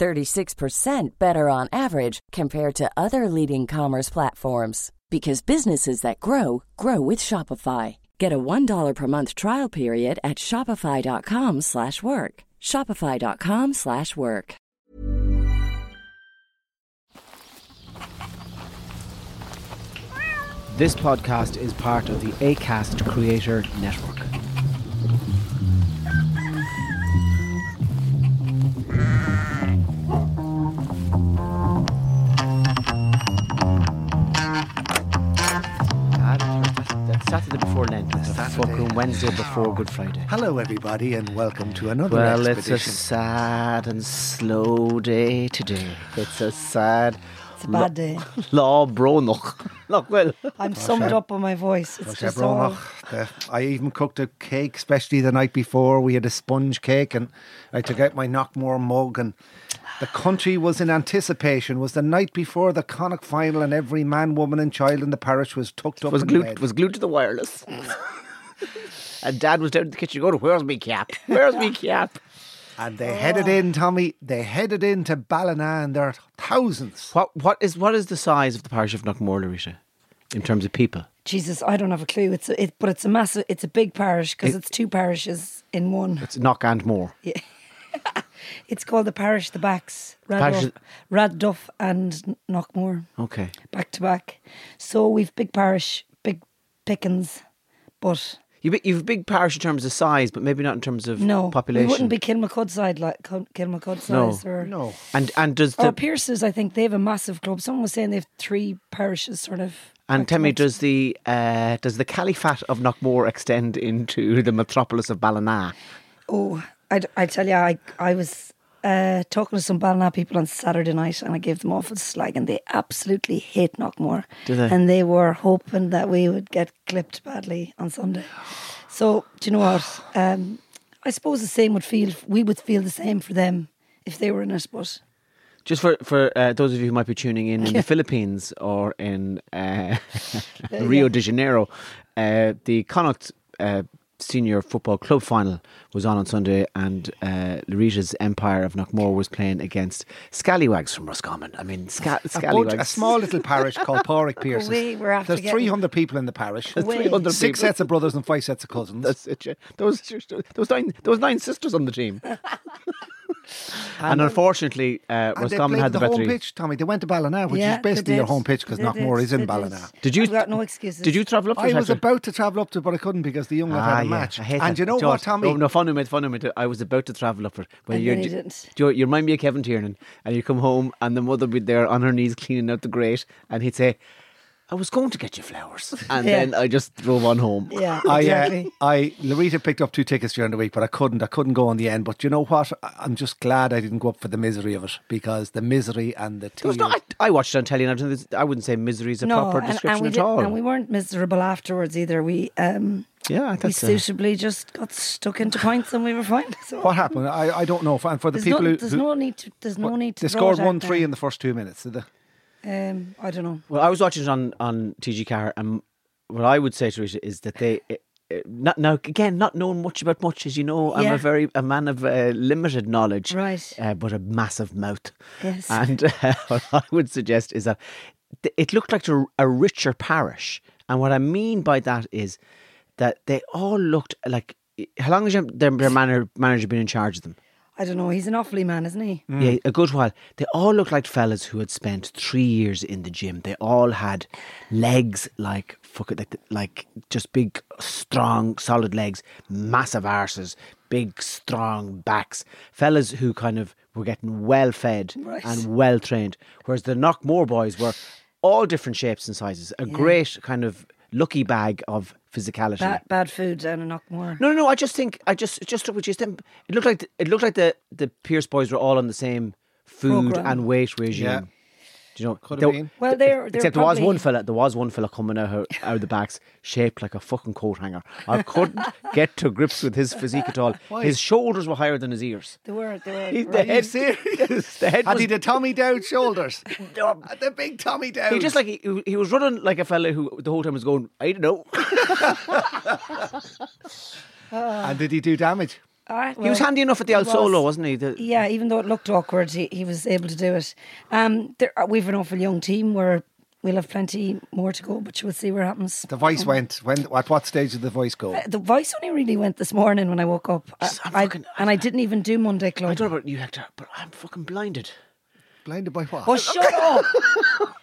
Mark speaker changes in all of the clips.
Speaker 1: 36% better on average compared to other leading commerce platforms because businesses that grow grow with Shopify. Get a $1 per month trial period at shopify.com/work. shopify.com/work.
Speaker 2: This podcast is part of the ACAST Creator Network. Ah, That's Saturday before Lent. That's
Speaker 3: Saturday.
Speaker 2: fucking Wednesday before Good Friday.
Speaker 3: Hello, everybody, and welcome to another
Speaker 2: Well, it's a
Speaker 3: expedition.
Speaker 2: sad and slow day today. It's a sad.
Speaker 4: It's a bad day.
Speaker 2: Law Bronoch. Look, well,
Speaker 4: I'm summed up by my voice. It's
Speaker 3: Moshe
Speaker 4: just all,
Speaker 3: Bronach, oh, the- I even cooked a cake, especially the night before. We had a sponge cake, and I took out my Knockmore mug, and the country was in anticipation. It was the night before the Connacht final, and every man, woman, and child in the parish was tucked up
Speaker 2: was
Speaker 3: in
Speaker 2: glued,
Speaker 3: bed.
Speaker 2: was glued to the wireless. and Dad was down in the kitchen going, Where's me cap? Where's me cap?
Speaker 3: and they headed in, Tommy. They headed in to Ballinan. There are thousands.
Speaker 2: What, what, is, what is the size of the parish of Knockmore, Larisha, in terms of people?
Speaker 4: Jesus, I don't have a clue. It's a, it, but it's a massive. It's a big parish because
Speaker 2: It-
Speaker 4: it's two parishes in one.
Speaker 2: It's Knock and More.
Speaker 4: It's called the parish the backs, Radduff,
Speaker 2: parish of-
Speaker 4: Radduff and Knockmore,
Speaker 2: Okay.
Speaker 4: back to back. So we've big parish, big pickings, but
Speaker 2: You, be- you've a big parish in terms of size, but maybe not in terms of
Speaker 4: no
Speaker 2: population.
Speaker 4: We wouldn't be Kilmacud side like Kil- Kilmacud
Speaker 2: No.
Speaker 4: size or
Speaker 3: No.
Speaker 2: And, and does
Speaker 4: Or
Speaker 2: the.
Speaker 4: Pierce's, I think they have a massive club. Someone was saying they have three parishes, sort of.
Speaker 2: And
Speaker 4: back to
Speaker 2: tell me,
Speaker 4: back.
Speaker 2: does the uh, does the caliphate of Knockmore extend into the metropolis of Ballina?
Speaker 4: Oh, I, I tell you, I, I was uh, talking to some Ballina people on Saturday night and I gave them awful slag and they absolutely hate Knockmore.
Speaker 2: Do they?
Speaker 4: And they were hoping that we would get clipped badly on Sunday. So, do you know what? Um, I suppose the same would feel, we would feel the same for them if they were in it, but
Speaker 2: Just for for uh, those of you who might be tuning in in the Philippines or in uh, Rio de Janeiro, uh, the Connacht uh, Senior Football Club final was on on Sunday, and uh, Larita's Empire of Knockmore was playing against Scallywags from Roscommon. I mean, sca-
Speaker 3: A, bud-
Speaker 2: Scallywags.
Speaker 3: a small little parish called Porrick Pierce.
Speaker 4: Away, we're after
Speaker 3: There's
Speaker 4: getting-
Speaker 3: 300 people in the parish.
Speaker 4: Away.
Speaker 2: 300
Speaker 3: Six
Speaker 2: people.
Speaker 3: sets of brothers and five sets of cousins.
Speaker 2: That's it, yeah. There was there was nine there was nine sisters on the team, and, unfortunately, uh,
Speaker 3: And they
Speaker 2: Roscommon
Speaker 3: played
Speaker 2: had the
Speaker 3: the
Speaker 2: better.
Speaker 3: home pitch, Tommy. They went to Ballina, which
Speaker 4: Yeah,
Speaker 3: is
Speaker 4: they
Speaker 3: basically your
Speaker 4: did.
Speaker 3: home pitch because
Speaker 4: They did,
Speaker 3: Knockmore is in
Speaker 4: they did.
Speaker 3: Ballina.
Speaker 2: Did you?
Speaker 4: I've got no excuses.
Speaker 2: Did you travel up? To
Speaker 3: I was
Speaker 2: Sheffield?
Speaker 3: about to travel up to it, but I couldn't because the young lad had a
Speaker 2: Ah, yeah.
Speaker 3: match.
Speaker 2: I hate
Speaker 3: And
Speaker 2: that.
Speaker 3: you know
Speaker 2: Do
Speaker 3: what, Tommy?
Speaker 2: No, no, fun of it, fun of it. I was about to travel up it. But
Speaker 4: And
Speaker 2: you,
Speaker 4: then he
Speaker 2: d-
Speaker 4: didn't.
Speaker 2: Do you, you remind me of Kevin Tiernan, and you come home, and the mother would be there on her knees cleaning out the grate, and he'd say, I was going to get you flowers. And
Speaker 4: Yeah.
Speaker 2: then I just drove on home.
Speaker 4: Yeah,
Speaker 3: I,
Speaker 4: exactly.
Speaker 3: uh, I, Larita picked up two tickets during the week, but I couldn't. I couldn't go on the end. But you know what? I- I'm just glad I didn't go up for the misery of it because the misery and
Speaker 2: There
Speaker 3: the tears.
Speaker 2: was no, I, I watched it on telly, and I don't think I wouldn't say misery is a proper description
Speaker 4: we
Speaker 2: at
Speaker 4: didn't-
Speaker 2: all.
Speaker 4: And we weren't miserable afterwards either. We um,
Speaker 2: yeah,
Speaker 4: we
Speaker 2: that's uh, a,
Speaker 4: suitably just got stuck into points and we were fine. So
Speaker 3: what happened? I, I don't know. And for the
Speaker 4: there's
Speaker 3: people
Speaker 4: no,
Speaker 3: who,
Speaker 4: there's
Speaker 3: who-
Speaker 4: no need to there's no need to
Speaker 3: they
Speaker 4: draw it
Speaker 3: scored
Speaker 4: out
Speaker 3: one three
Speaker 4: now.
Speaker 3: in the first two minutes. Did they?
Speaker 4: Um, I don't know.
Speaker 2: Well, I was watching it on on TG Car, and what I would say to it is that they. eh, eh, Not now again, not knowing much about much, as you know, I'm
Speaker 4: Yeah.
Speaker 2: a very a man of uh, limited knowledge,
Speaker 4: Right.
Speaker 2: Uh, but a massive mouth.
Speaker 4: Yes.
Speaker 2: And uh, what I would suggest is that th- it looked like a, a richer parish, and what I mean by that is that they all looked like. How long has your- their, their manager, manager been in charge of them?
Speaker 4: I don't know. He's an awfully man, isn't he?
Speaker 2: Yeah, a good while. They all looked like fellas who had spent three years in the gym. They all had legs like fuck it, like, like just big, strong, solid legs, massive arses, big, strong backs. Fellas who kind of were getting well fed
Speaker 4: Right.
Speaker 2: and well trained, whereas the Knockmore boys were all different shapes and sizes. A great kind of lucky bag of physicality.
Speaker 4: Bad, bad food down in Knockmore.
Speaker 2: No, no, no. I just think I just it just struck me just them. It looked like the, it looked like the the Pierce boys were all on the same food
Speaker 4: Programme.
Speaker 2: and weight regime.
Speaker 3: Yeah.
Speaker 2: Do you know?
Speaker 3: Could have
Speaker 2: there-
Speaker 3: been.
Speaker 4: Well, they're, they're
Speaker 2: Except there was
Speaker 4: probably-
Speaker 2: one fella. There was one fella coming out her- out of the backs, shaped like a fucking coat hanger. I couldn't get to grips with his physique at all. His shoulders were higher than his ears.
Speaker 4: They were. They were.
Speaker 2: He,
Speaker 4: right.
Speaker 2: the head, serious? the head
Speaker 3: Had
Speaker 2: was
Speaker 3: he the Tommy Dowd shoulders? the big Tommy Dowd.
Speaker 2: He just like he, he was running like a fella who the whole time was going, I don't know.
Speaker 3: and did he do damage?
Speaker 4: All right,
Speaker 2: he was
Speaker 4: Ah, well,
Speaker 2: handy enough at the El
Speaker 4: was.
Speaker 2: Solo, wasn't he? The-
Speaker 4: Yeah, even though it looked awkward, he, he was able to do it. Um, there, uh, we've an awful young team where we'll have plenty more to go, but you will see what happens.
Speaker 3: The voice went. When at what stage did the voice go?
Speaker 4: The voice only really went this morning when I woke up, I,
Speaker 2: I'm
Speaker 4: I-
Speaker 2: fucking-
Speaker 4: and I didn't even do Monday
Speaker 2: I
Speaker 4: Club.
Speaker 2: don't know about you, Hector, but I'm fucking blinded.
Speaker 3: Blinded by what?
Speaker 4: Oh, shut up!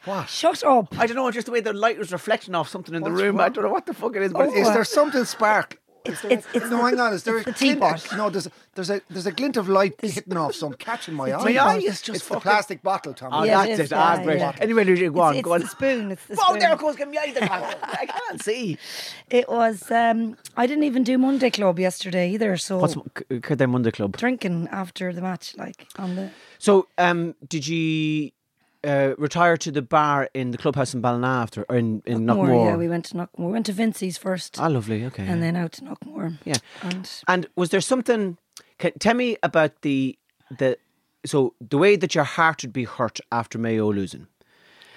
Speaker 3: What?
Speaker 4: Shut up!
Speaker 2: I don't know, just the way the light was reflecting off something in
Speaker 3: What's
Speaker 2: the room. I
Speaker 3: wrong?
Speaker 2: don't know what the fuck it is, but
Speaker 4: Oh,
Speaker 2: it's
Speaker 3: Is
Speaker 4: what?
Speaker 3: there something spark? Is there-
Speaker 4: it's- it's
Speaker 3: no,
Speaker 4: the-
Speaker 3: hang on. Is there
Speaker 4: it's
Speaker 3: a
Speaker 4: the teapot.
Speaker 3: glint- No, there's a, there's a there's a glint of light hitting off, so I'm catching my eye.
Speaker 4: the teapot.
Speaker 2: My eye is just
Speaker 3: it's the
Speaker 2: fucking-
Speaker 3: plastic bottle, Tommy.
Speaker 2: Oh,
Speaker 4: Yeah, it
Speaker 2: that's
Speaker 4: is,
Speaker 2: it. Ah,
Speaker 4: yeah,
Speaker 2: great.
Speaker 4: yeah.
Speaker 2: Anyway, Luigi, go on,
Speaker 4: it's,
Speaker 2: go on.
Speaker 4: it's the spoon. It's the spoon.
Speaker 2: Whoa, there it goes, give me eyes. I can't see.
Speaker 4: It was. Um, I didn't even do Monday Club yesterday either. So
Speaker 2: What's Kildare Monday Club?
Speaker 4: drinking after the match, like on the.
Speaker 2: So, um, did you uh, retire to the bar in the clubhouse in Ballina after, or in, in
Speaker 4: Knockmore,
Speaker 2: Knockmore?
Speaker 4: Yeah, we went to Knockmore. We went to Vincey's first,
Speaker 2: Ah, lovely, okay.
Speaker 4: and then out to Knockmore.
Speaker 2: Yeah.
Speaker 4: And
Speaker 2: And was there something? Can, tell me about the the so the way that your heart would be hurt after Mayo losing,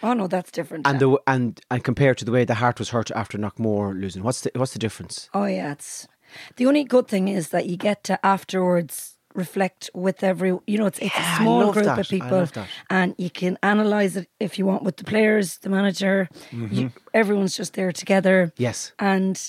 Speaker 4: oh no, that's different.
Speaker 2: and the and and compared to the way the heart was hurt after Knockmore losing. What's the what's the difference?
Speaker 4: oh yeah, it's the only good thing is that you get to afterwards reflect with every you know it's, it's
Speaker 2: Yeah,
Speaker 4: a
Speaker 2: I
Speaker 4: small
Speaker 2: love
Speaker 4: group
Speaker 2: that. I
Speaker 4: of people
Speaker 2: love that.
Speaker 4: and you can analyze it if you want with the players the manager
Speaker 2: Mm-hmm.
Speaker 4: you, everyone's just there together
Speaker 2: Yes.
Speaker 4: and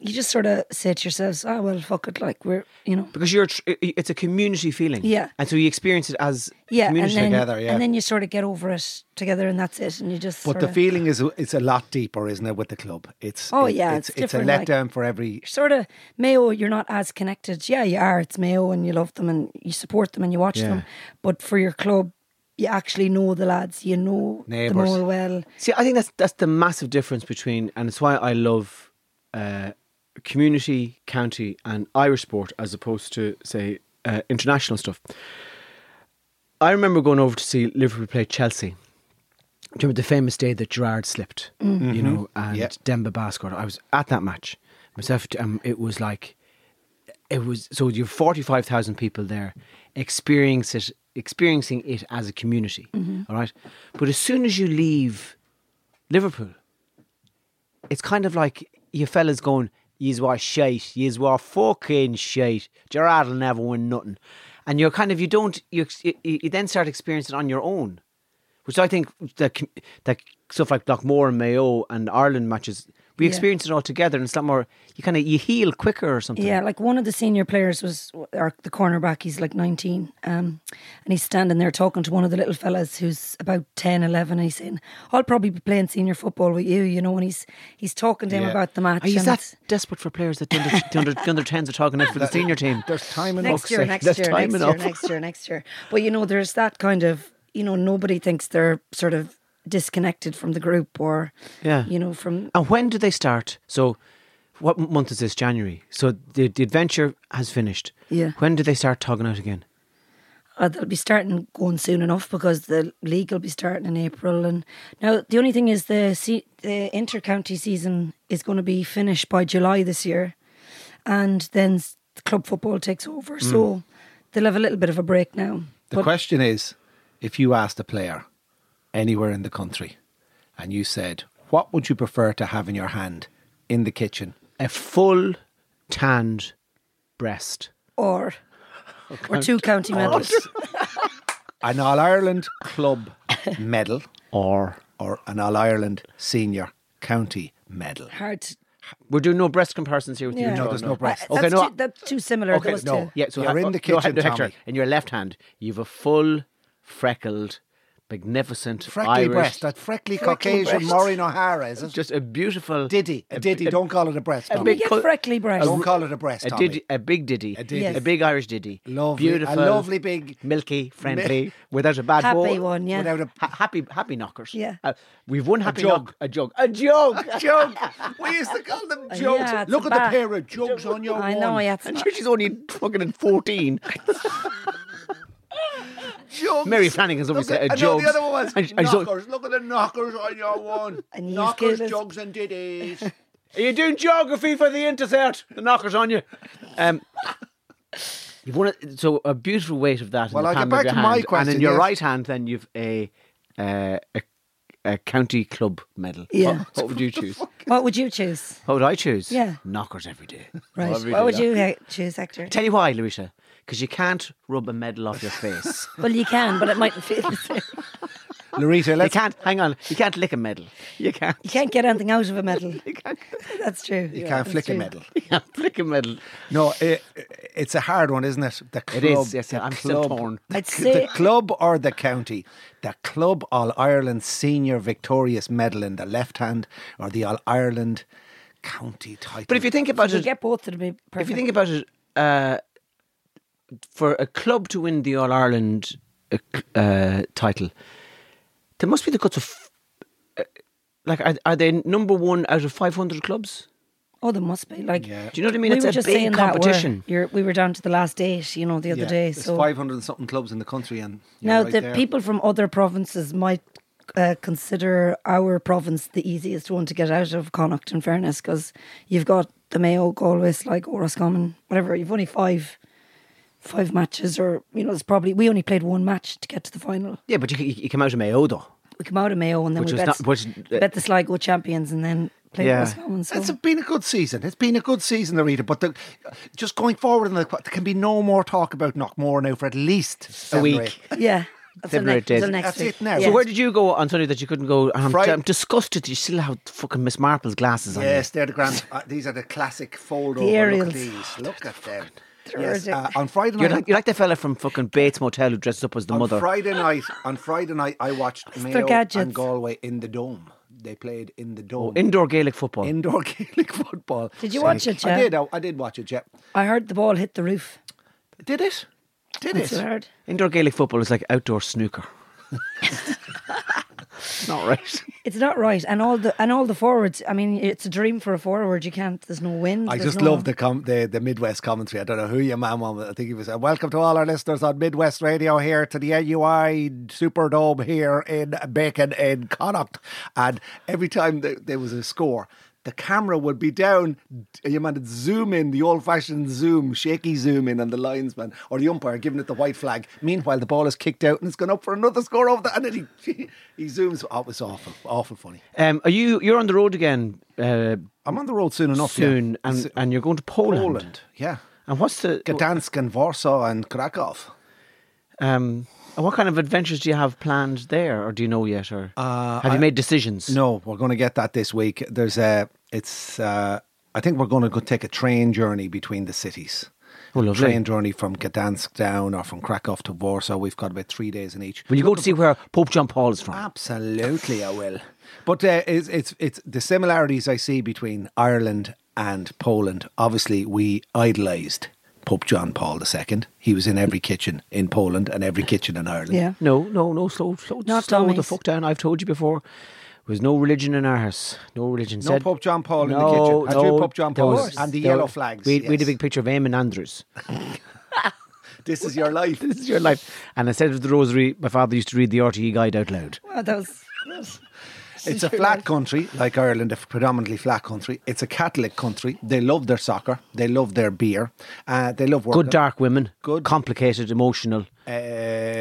Speaker 4: you just sort of say to yourselves oh well fuck it like we're you know
Speaker 2: Because you're, tr- i- i- it's a community feeling.
Speaker 4: Yeah.
Speaker 2: And so you experience it as
Speaker 4: yeah and
Speaker 2: community.
Speaker 4: then
Speaker 3: together, yeah.
Speaker 4: and then you sort of get over it together and that's it and you just
Speaker 3: But
Speaker 4: sort
Speaker 3: the
Speaker 4: of,
Speaker 3: feeling is it's a lot deeper, isn't it, with the club? It's
Speaker 4: Oh,
Speaker 3: it-
Speaker 4: yeah,
Speaker 3: it's,
Speaker 4: it's
Speaker 3: it's a
Speaker 4: different, like-
Speaker 3: letdown for every.
Speaker 4: sort of Mayo, you're not as connected. Yeah, you are. It's Mayo, and you love them, and you support them, and you watch them.
Speaker 2: Yeah.
Speaker 4: But for your club, you actually know the lads. You know them
Speaker 3: Neighbours.
Speaker 4: all well.
Speaker 2: See, I think that's that's the massive difference between, and it's why I love uh, community, county, and Irish sport as opposed to say uh, international stuff. I remember going over to see Liverpool play Chelsea. Do you remember the famous day that Gerard slipped? You know, and
Speaker 3: Yeah.
Speaker 2: Demba Ba scored. I was at that match myself. Um, it was like it was so you've 45,000 people there experience it, experiencing it as a community all right but as soon as you leave liverpool it's kind of like your fellas going yous were shite yous were fucking shite gerard will never win nothing and you're kind of you don't you, ex- you, you then start experiencing it on your own which i think that, com- that stuff like Knockmore and mayo and ireland matches we
Speaker 4: Yeah.
Speaker 2: experience it all together and it's a lot more you kind of you heal quicker or something
Speaker 4: Yeah, like one of the senior players was, or the cornerback, he's like 19, um, and he's standing there talking to one of the little fellas who's about 10, 11, and he's saying, I'll probably be playing senior football with you, you know, and he's he's talking to him
Speaker 3: Yeah.
Speaker 4: about the match.
Speaker 2: Are you
Speaker 4: and
Speaker 2: that
Speaker 4: it's-
Speaker 2: desperate for players that the under, the under, the under 10s are talking out for the senior team?
Speaker 3: There's time enough.
Speaker 4: next year,
Speaker 2: sake,
Speaker 4: next
Speaker 2: that's
Speaker 4: year,
Speaker 2: time
Speaker 4: next year,
Speaker 2: enough.
Speaker 4: next year, next year. But you know, there's that kind of you know nobody thinks they're sort of disconnected from the group or
Speaker 2: Yeah.
Speaker 4: you know from
Speaker 2: And when do they start? So, what m- month is this? January. So, the, the adventure has finished.
Speaker 4: Yeah.
Speaker 2: When do they start talking out again?
Speaker 4: uh, they'll be starting going soon enough because the league will be starting in April. And now the only thing is the se- the intercounty season is going to be finished by July this year, and then s- club football takes over. So they'll have a little bit of a break now.
Speaker 3: The question is, if you asked a player anywhere in the country, and you said, "What would you prefer to have in your hand in the kitchen?"
Speaker 2: A full tanned breast.
Speaker 4: Or or two county medals.
Speaker 3: An All Ireland club medal
Speaker 2: Or
Speaker 3: or an All Ireland senior county medal?
Speaker 4: Hard to
Speaker 2: We're doing no breast comparisons here with you.
Speaker 4: Yeah. No,
Speaker 2: John,
Speaker 3: there's no breast.
Speaker 4: That's,
Speaker 2: Okay, no.
Speaker 4: too, that's too similar.
Speaker 2: Okay,
Speaker 4: those
Speaker 2: no.
Speaker 4: two.
Speaker 2: Yeah, so
Speaker 3: You're
Speaker 2: ha-
Speaker 3: in the
Speaker 2: no, ha-
Speaker 3: kitchen,
Speaker 2: no,
Speaker 3: Tommy.
Speaker 2: Hector, in your left hand, you have a full, freckled, magnificent
Speaker 3: Freckly
Speaker 2: Irish,
Speaker 3: breast, that freckly Caucasian
Speaker 4: breast.
Speaker 3: Maureen O'Hara, is it?
Speaker 2: just a beautiful
Speaker 3: diddy, a diddy. don't call it a breast.
Speaker 4: We
Speaker 3: Tommy.
Speaker 4: get
Speaker 2: co-
Speaker 4: freckly breasts.
Speaker 3: Don't call it a breast.
Speaker 2: a,
Speaker 3: Tommy.
Speaker 2: diddy, a big diddy, a,
Speaker 3: diddy.
Speaker 4: Yes.
Speaker 2: big Irish diddy,
Speaker 3: Lovely, a
Speaker 2: beautiful,
Speaker 3: lovely big-
Speaker 2: milky, friendly, without a bad
Speaker 4: Happy
Speaker 2: bowl,
Speaker 4: one, yeah.
Speaker 3: Without a-
Speaker 2: ha- happy, happy knockers.
Speaker 4: Yeah.
Speaker 2: Uh, we've one happy
Speaker 3: jug.
Speaker 2: knock- a jug, a jug,
Speaker 3: jug. We used to call them jugs.
Speaker 4: yeah, it's
Speaker 3: Look
Speaker 4: a
Speaker 3: at
Speaker 4: bar.
Speaker 3: the pair of jugs on your
Speaker 4: I
Speaker 3: one.
Speaker 4: know, yeah. it's
Speaker 2: And
Speaker 4: not-
Speaker 2: sure, she's only fucking in 14.
Speaker 3: Jugs.
Speaker 2: Mary Flanagan's always
Speaker 3: Look at-
Speaker 2: a
Speaker 3: and all
Speaker 2: jug.
Speaker 3: the other ones.
Speaker 2: And she- and she's all-
Speaker 3: knockers. Look at the knockers on your one.
Speaker 4: And you've
Speaker 3: knockers,
Speaker 4: given us-
Speaker 3: jugs, and diddies.
Speaker 2: Are you doing geography for the intercert? The knockers on you. Um, you've won it, so a beautiful weight of that.
Speaker 3: Well,
Speaker 2: in
Speaker 3: I'll
Speaker 2: the palm
Speaker 3: get back
Speaker 2: of your
Speaker 3: to my
Speaker 2: hand. And
Speaker 3: question,
Speaker 2: in your
Speaker 3: yes.
Speaker 2: right hand, then you've a uh, a, a county club medal.
Speaker 4: Yeah.
Speaker 2: What, what would you choose?
Speaker 4: What would you choose?
Speaker 2: What would I choose?
Speaker 4: Yeah.
Speaker 2: Knockers every day.
Speaker 4: Right.
Speaker 2: Every
Speaker 4: What
Speaker 2: day.
Speaker 4: would you he- choose, Hector?
Speaker 2: Tell you why, Louisa. Because you can't rub a medal off your face.
Speaker 4: Well, you can, but it mightn't feel the same.
Speaker 3: Larita,
Speaker 2: you
Speaker 3: let's
Speaker 2: can't. Hang on. You can't lick a medal. You can't.
Speaker 4: You can't get anything out of a medal. That's true.
Speaker 3: You can't flick a medal.
Speaker 2: You can't lick a medal.
Speaker 3: No, it, it's a hard one, isn't it? The club.
Speaker 2: It is. Yes,
Speaker 3: the
Speaker 2: I'm still
Speaker 3: club.
Speaker 2: torn.
Speaker 4: I'd
Speaker 3: The
Speaker 4: say
Speaker 3: club or the county? The club All Ireland Senior Victorious Medal in the left hand or the All Ireland County title.
Speaker 2: But if you think about
Speaker 4: you
Speaker 2: it,
Speaker 4: get both to be perfect.
Speaker 2: If you think about it, uh, for a club to win the All Ireland uh, c- uh, title, there must be the guts of. uh, Like, are, are they number one out of 500 clubs?
Speaker 4: oh, there must be like.
Speaker 3: Yeah.
Speaker 2: Do you know what I mean?
Speaker 4: we
Speaker 2: it's
Speaker 4: were
Speaker 2: a
Speaker 4: just saying
Speaker 2: big
Speaker 4: that we're-
Speaker 2: competition.
Speaker 4: you're- we were down to the last eight, you know, the other
Speaker 3: Yeah,
Speaker 4: day.
Speaker 3: there's
Speaker 4: So
Speaker 3: 500 and something clubs in the country, and you're
Speaker 4: now
Speaker 3: right
Speaker 4: the
Speaker 3: there.
Speaker 4: people from other provinces might uh, consider our province the easiest one to get out of Connacht. In fairness, because you've got the Mayo, Galway, Sligo, Roscommon, whatever. You've only five, five matches, or you know, it's probably we only played one match to get to the final.
Speaker 2: yeah, but you, you you come out of Mayo, though.
Speaker 4: We come out of Mayo and then
Speaker 2: Which
Speaker 4: we
Speaker 2: was
Speaker 4: bet,
Speaker 2: not- which, uh,
Speaker 4: bet the Sligo champions and then played
Speaker 2: Yeah.
Speaker 4: Roscommon. So.
Speaker 3: It's been a good season. It's been a good season, Larita. But the, just going forward, in the, there can be no more talk about Knockmore now for at least seven or
Speaker 2: week.
Speaker 3: eight.
Speaker 4: Yeah. That's
Speaker 2: Seven or eight days.
Speaker 4: Till next
Speaker 3: That's
Speaker 4: week.
Speaker 3: it now.
Speaker 4: Yeah.
Speaker 3: So
Speaker 2: So, where did you go on Sunday that you couldn't go? I'm,
Speaker 3: Fri-
Speaker 2: I'm disgusted that you still have fucking Miss Marple's glasses on. you.
Speaker 3: Yes, they're the grand. Uh, these are the classic fold
Speaker 4: The
Speaker 3: over.
Speaker 4: aerials.
Speaker 3: Look at these. Look at them.
Speaker 4: They're
Speaker 3: Yes,
Speaker 4: ridic-
Speaker 3: uh, on Friday night,
Speaker 2: You're like, you're like the fella from fucking Bates Motel who dresses up as the
Speaker 3: on
Speaker 2: mother.
Speaker 3: Friday night, on Friday night, I watched Mayo
Speaker 4: gadgets.
Speaker 3: and Galway in the dome. They played in the dome.
Speaker 2: Oh, Indoor Gaelic football.
Speaker 3: Indoor Gaelic football.
Speaker 4: Did you watch it,
Speaker 3: I
Speaker 4: Jan?
Speaker 3: did. I, I did watch it. Yeah.
Speaker 4: I heard the ball hit the roof.
Speaker 3: Did it? Did
Speaker 4: That's what I
Speaker 3: it?
Speaker 4: heard.
Speaker 2: Indoor Gaelic football is like outdoor snooker. Not right.
Speaker 4: It's not right. And all the and all the forwards. I mean, it's a dream for a forward. You can't. There's no wind.
Speaker 3: I
Speaker 4: there's
Speaker 3: just
Speaker 4: no,
Speaker 3: love the, com- the the Midwest commentary. I don't know who your man was. I think he was. Uh, Welcome to all our listeners on Midwest Radio here to the NUI Superdome here in Bacon in Connacht. And every time th- there was a score, the camera would be down. d- Your man would zoom in, the old fashioned zoom, shaky zoom in on the linesman or the umpire giving it the white flag. Meanwhile, the ball is kicked out and it's gone up for another score over the. And then he, he zooms. Oh, it was awful, awful funny.
Speaker 2: Um, are you? You're on the road again uh,
Speaker 3: I'm on the road soon enough. Oh, yeah.
Speaker 2: soon, and
Speaker 3: S-
Speaker 2: and you're going to Poland.
Speaker 3: Poland, yeah.
Speaker 2: And what's the?
Speaker 3: Gdansk and Warsaw and Krakow.
Speaker 2: Um, and what kind of adventures do you have planned there, or do you know yet, or have you made decisions?
Speaker 3: Uh, No, we're going to get that this week. There's a. It's. Uh, I think we're going to go take a train journey between the cities.
Speaker 2: Oh, lovely.
Speaker 3: Train journey from Gdansk down or from Krakow to Warsaw. We've got about three days in each.
Speaker 2: Will you go to see where Pope John Paul is from?
Speaker 3: Ah. Absolutely, I will. But uh, it's, it's it's the similarities I see between Ireland and Poland. Obviously, we idolised Pope John Paul II. He was in every kitchen in Poland and every kitchen in Ireland.
Speaker 4: Yeah.
Speaker 2: No, no, no. Slow, slow,
Speaker 4: Not
Speaker 2: slow the
Speaker 4: dummies.
Speaker 2: fuck down. I've told you before. There was no religion in our house. No religion.
Speaker 3: No Pope John Paul in the
Speaker 2: No,
Speaker 3: kitchen. I drew
Speaker 2: no,
Speaker 3: Pope John
Speaker 2: there
Speaker 3: Paul
Speaker 2: was-
Speaker 3: and the
Speaker 2: there
Speaker 3: yellow
Speaker 2: was-
Speaker 3: flags,
Speaker 2: We, we had a
Speaker 3: yes.
Speaker 2: big picture of Eamon Andrews.
Speaker 3: This is your life.
Speaker 2: this is your life. And instead of the rosary, my father used to read the RTE guide out loud.
Speaker 4: Wow, that was. that was-
Speaker 3: It's a flat country, like Ireland, a predominantly flat country. It's a Catholic country. They love their soccer. They love their beer. Uh, they love working.
Speaker 2: Good dark women.
Speaker 3: Good.
Speaker 2: Complicated, emotional.
Speaker 3: Uh,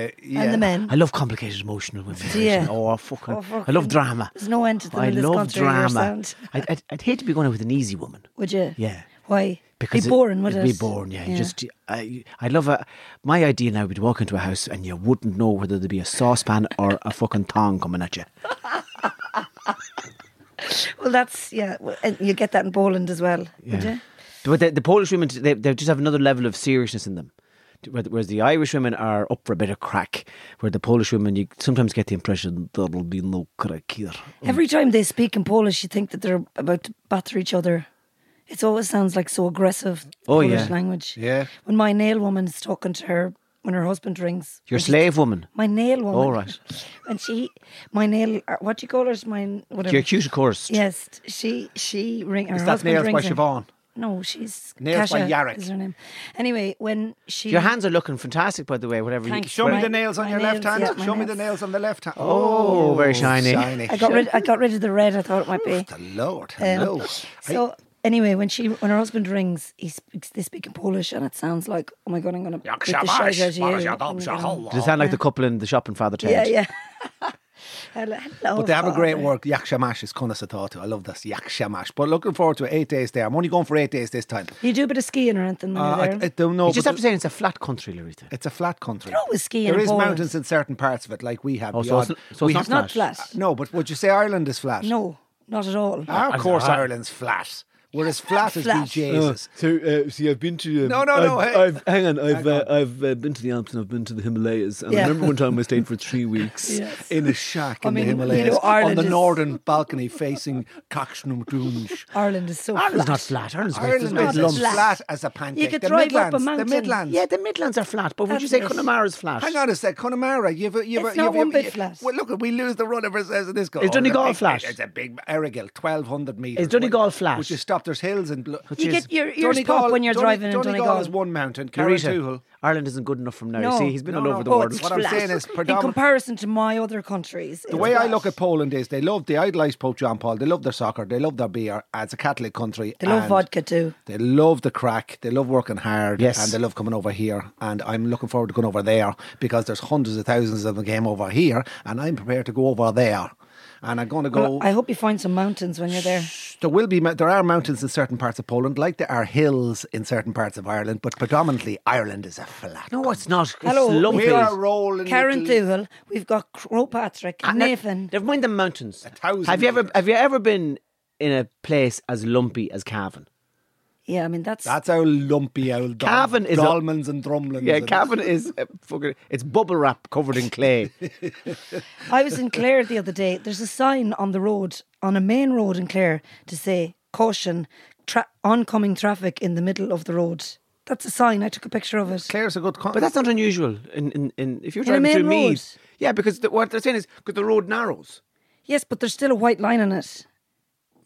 Speaker 3: yeah.
Speaker 4: And the men.
Speaker 2: I love complicated, emotional women.
Speaker 4: Yeah.
Speaker 2: Oh, I fucking,
Speaker 4: Oh,
Speaker 2: I
Speaker 4: fucking-
Speaker 2: love drama.
Speaker 4: there's no end to them
Speaker 2: I
Speaker 4: in this
Speaker 2: love
Speaker 4: country, your
Speaker 2: drama.
Speaker 4: sound.
Speaker 2: I'd, I'd, I'd hate to be going out with an easy woman.
Speaker 4: would you?
Speaker 2: Yeah.
Speaker 4: Why?
Speaker 2: Because
Speaker 4: be boring, would
Speaker 2: it'd
Speaker 4: it?
Speaker 2: be boring, yeah. You Just, I, I love a. My idea now would walk into a house and you wouldn't know whether there'd be a saucepan or a fucking tong coming at you.
Speaker 4: well, Well, that's yeah. well, and You get that in Poland as well, would
Speaker 2: Yeah.
Speaker 4: you?
Speaker 2: But the, the Polish women, they, they just have another level of seriousness in them. Whereas whereas the Irish women are up for a bit of crack, where the Polish women, you sometimes get the impression there'll be no crack here.
Speaker 4: Every time they speak in Polish, you think that they're about to batter each other. It always sounds like so aggressive. the
Speaker 2: Oh,
Speaker 4: Polish
Speaker 2: yeah.
Speaker 4: language.
Speaker 3: Yeah.
Speaker 4: When my nail woman's talking to her, when her husband rings,
Speaker 2: Your
Speaker 4: when she-
Speaker 2: slave woman,
Speaker 4: My nail woman.
Speaker 2: All right.
Speaker 4: And she, my nail, uh, what do you call her? My whatever.
Speaker 2: your cute course.
Speaker 4: Yes, she she ring. Her
Speaker 3: Is that
Speaker 4: husband
Speaker 3: nails by
Speaker 4: rings her.
Speaker 3: Siobhan?
Speaker 4: No, she's
Speaker 3: Nails by
Speaker 4: Kasia
Speaker 3: Yarrick.
Speaker 4: Is her name? Anyway, when she
Speaker 2: Your hands are looking fantastic, by the way. Whatever
Speaker 4: Thanks.
Speaker 2: you
Speaker 3: Show me
Speaker 4: My-
Speaker 3: the nails on
Speaker 4: my
Speaker 3: your left
Speaker 4: nails,
Speaker 3: hand.
Speaker 4: yeah, my
Speaker 3: Show me the
Speaker 4: nails.
Speaker 3: nails on the left hand.
Speaker 2: Oh, very shiny.
Speaker 3: shiny.
Speaker 4: I got rid I got rid of the red. I thought it might be.
Speaker 3: the Lord.
Speaker 4: Um,
Speaker 3: Hello.
Speaker 4: So anyway, when she when her husband rings, he speaks they speak in Polish, and it sounds like, oh my god, I'm gonna beat the shit out of you. Oh my God.
Speaker 2: Does it sound like the couple in the shopping father
Speaker 4: Yeah,
Speaker 2: Ted?
Speaker 4: yeah. Hello, hello,
Speaker 3: But they have a great
Speaker 4: Oh, father.
Speaker 3: work. Yakshamash is Kunasatatu. I love this Yakshamash. But looking forward to eight days there. I'm only going for eight days this time.
Speaker 4: You do a bit of skiing or anything when
Speaker 3: Uh,
Speaker 4: you're
Speaker 3: I,
Speaker 4: there.
Speaker 3: I don't know.
Speaker 2: You just
Speaker 3: but
Speaker 2: have to say it's a flat country, Larita.
Speaker 3: it's a flat country.
Speaker 4: They're always skiing
Speaker 3: There
Speaker 4: in
Speaker 3: is
Speaker 4: Poland.
Speaker 3: mountains in certain parts of it, like we have.
Speaker 2: Oh,
Speaker 3: the
Speaker 2: so it's
Speaker 3: odd-
Speaker 2: n- so
Speaker 3: we
Speaker 2: it's
Speaker 3: have-
Speaker 2: not
Speaker 4: Not flat. flat.
Speaker 3: No, but would you say Ireland is flat?
Speaker 4: no, not at all.
Speaker 3: Ah, of
Speaker 2: Ireland's
Speaker 3: course,
Speaker 2: flat.
Speaker 3: Ireland's flat. We're as flat as
Speaker 4: Flat.
Speaker 3: we Jesus.
Speaker 2: So, uh, see, I've been to. Um,
Speaker 3: No, no, no,
Speaker 2: I've,
Speaker 3: hey.
Speaker 2: I've, hang on. I've uh, I've uh, been to the Alps and I've been to the Himalayas. And
Speaker 4: Yeah.
Speaker 2: I remember one time I stayed for three weeks.
Speaker 4: Yes.
Speaker 3: In a shack in
Speaker 4: mean,
Speaker 3: the
Speaker 4: you know,
Speaker 3: Himalayas, on
Speaker 4: Ireland
Speaker 3: the
Speaker 4: is-
Speaker 3: northern balcony facing Coxnumdunge.
Speaker 4: Ireland is so
Speaker 2: Ireland's
Speaker 4: flat.
Speaker 2: not flat. Ireland's,
Speaker 3: Ireland's
Speaker 2: not
Speaker 3: not as
Speaker 4: lumps.
Speaker 3: flat as a pancake.
Speaker 4: could
Speaker 3: the
Speaker 4: drive up
Speaker 3: Midlands,
Speaker 4: a
Speaker 3: The
Speaker 4: mountain.
Speaker 3: Midlands.
Speaker 2: Yeah, the Midlands are flat, but would you
Speaker 4: That's
Speaker 2: say
Speaker 4: it.
Speaker 2: Connemara's flat?
Speaker 3: Hang on a sec, Connemara. You've you've
Speaker 4: It's
Speaker 3: you've,
Speaker 4: not one
Speaker 3: you've-
Speaker 4: bit
Speaker 3: you-
Speaker 4: flat.
Speaker 3: Well, look, we lose the runner versus this goal.
Speaker 2: Is Donegal
Speaker 3: It's a big-
Speaker 2: flat?
Speaker 3: It's a big Errigal, twelve hundred meters.
Speaker 2: Donegal
Speaker 3: Would-
Speaker 2: flat?
Speaker 3: Would you stop? There's hills and. Blo-
Speaker 4: You get your ears pop when you're
Speaker 3: Done-
Speaker 4: driving in
Speaker 3: Donegal.
Speaker 4: Donegal.
Speaker 3: is one mountain. Carrituhal.
Speaker 2: Larita, Ireland isn't good enough from now.
Speaker 4: No.
Speaker 2: See, he's been
Speaker 3: No,
Speaker 2: all
Speaker 3: no,
Speaker 2: over the
Speaker 3: oh,
Speaker 2: world.
Speaker 3: it's What I'm saying is
Speaker 4: in
Speaker 3: predomin-
Speaker 4: comparison to my other countries.
Speaker 3: The way I look at Poland is they love they idolise Pope John Paul. They love their soccer. They love their beer. It's a Catholic country.
Speaker 4: they love
Speaker 3: and
Speaker 4: vodka too.
Speaker 3: They love the crack. They love working hard.
Speaker 2: Yes.
Speaker 3: And they love coming over here. And I'm looking forward to going over there because there's hundreds of thousands of them came over here. And I'm prepared to go over there. And I'm going to go.
Speaker 4: Well, I hope you find some mountains when you're there.
Speaker 3: there will be. mou- There are mountains in certain parts of Poland, like there are hills in certain parts of Ireland. But predominantly, Ireland is a flat.
Speaker 2: No, it's not. It's
Speaker 4: Hello, we
Speaker 2: lumpy.
Speaker 3: we are rolling.
Speaker 4: Karen
Speaker 3: little-
Speaker 4: Thuel, we've got Crow Patrick,
Speaker 2: Ah, no,
Speaker 4: Nathan.
Speaker 2: Never mind the mountains.
Speaker 3: thousand
Speaker 2: have you ever
Speaker 3: metres.
Speaker 2: have you ever been in a place as lumpy as Cavan?
Speaker 4: Yeah, I mean that's,
Speaker 3: That's our lumpy old dol-
Speaker 2: Cavan is a-
Speaker 3: dolmens and drumlins.
Speaker 2: Yeah,
Speaker 3: and-
Speaker 2: Cavan is uh, fucking. It's bubble wrap covered in clay.
Speaker 4: I was in Clare the other day. There's a sign on the road, on a main road in Clare, to say caution, tra- oncoming traffic in the middle of the road. That's a sign. I took a picture of it.
Speaker 3: Clare's a good. Con-
Speaker 2: But that's not unusual. In, in, in if you're
Speaker 4: In a
Speaker 2: driving
Speaker 4: main
Speaker 2: through Mead,
Speaker 4: road.
Speaker 2: yeah, because the, what they're saying is because the road narrows.
Speaker 4: Yes, but there's still a white line on it,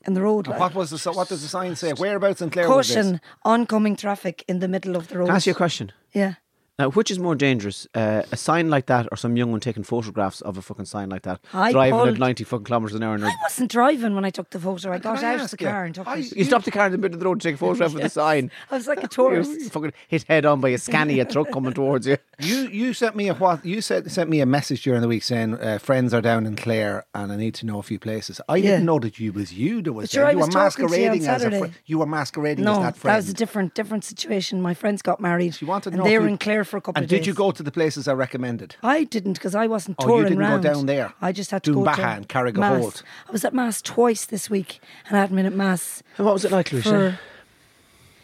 Speaker 4: in the road.
Speaker 3: And
Speaker 4: like.
Speaker 3: What was the si- what does the sign say? Whereabouts in Clare? was this?
Speaker 4: caution, oncoming traffic in the middle of the road.
Speaker 2: Can I ask you a question?
Speaker 4: Yeah.
Speaker 2: Now, which is more dangerous, uh, a sign like that, or some young one taking photographs of a fucking sign like that,
Speaker 4: I
Speaker 2: driving
Speaker 4: pulled-
Speaker 2: at ninety fucking kilometers an hour? And
Speaker 4: I wasn't driving when I took the photo. I got
Speaker 3: Can
Speaker 4: out
Speaker 3: I
Speaker 4: of the
Speaker 3: ask you?
Speaker 4: car and took
Speaker 3: I-
Speaker 4: it.
Speaker 2: you stopped the car in the middle of the road to take a photograph of the sign.
Speaker 4: I was like a
Speaker 2: You're
Speaker 4: tourist.
Speaker 2: fucking hit head on by a Scania truck coming towards you.
Speaker 3: You you sent me a what you sent sent me a message during the week saying uh, friends are down in Clare and I need to know a few places. I didn't
Speaker 4: Yeah.
Speaker 3: know that you was you that was
Speaker 4: But sure,
Speaker 3: there.
Speaker 4: I
Speaker 3: you
Speaker 4: was
Speaker 3: were
Speaker 4: talking to you on
Speaker 3: masquerading as a friend.
Speaker 4: Saturday.
Speaker 3: You were masquerading as
Speaker 4: No,
Speaker 3: that
Speaker 4: that,
Speaker 3: friend.
Speaker 4: was a different different situation. My friends got married.
Speaker 3: She wanted to
Speaker 4: and
Speaker 3: know
Speaker 4: they
Speaker 3: if
Speaker 4: were
Speaker 3: you-
Speaker 4: in Clare for a couple
Speaker 3: and
Speaker 4: of
Speaker 3: did
Speaker 4: days.
Speaker 3: you go to the places I recommended?
Speaker 4: I didn't because I wasn't
Speaker 3: Oh, you
Speaker 4: touring
Speaker 3: didn't go
Speaker 4: round.
Speaker 3: down there,
Speaker 4: I just had to
Speaker 3: doing
Speaker 4: go
Speaker 3: Baha and
Speaker 4: to
Speaker 3: Carrigaholt.
Speaker 4: mass. I was at mass twice this week, and I had been at mass.
Speaker 2: And what was it like, Lucy?
Speaker 4: for-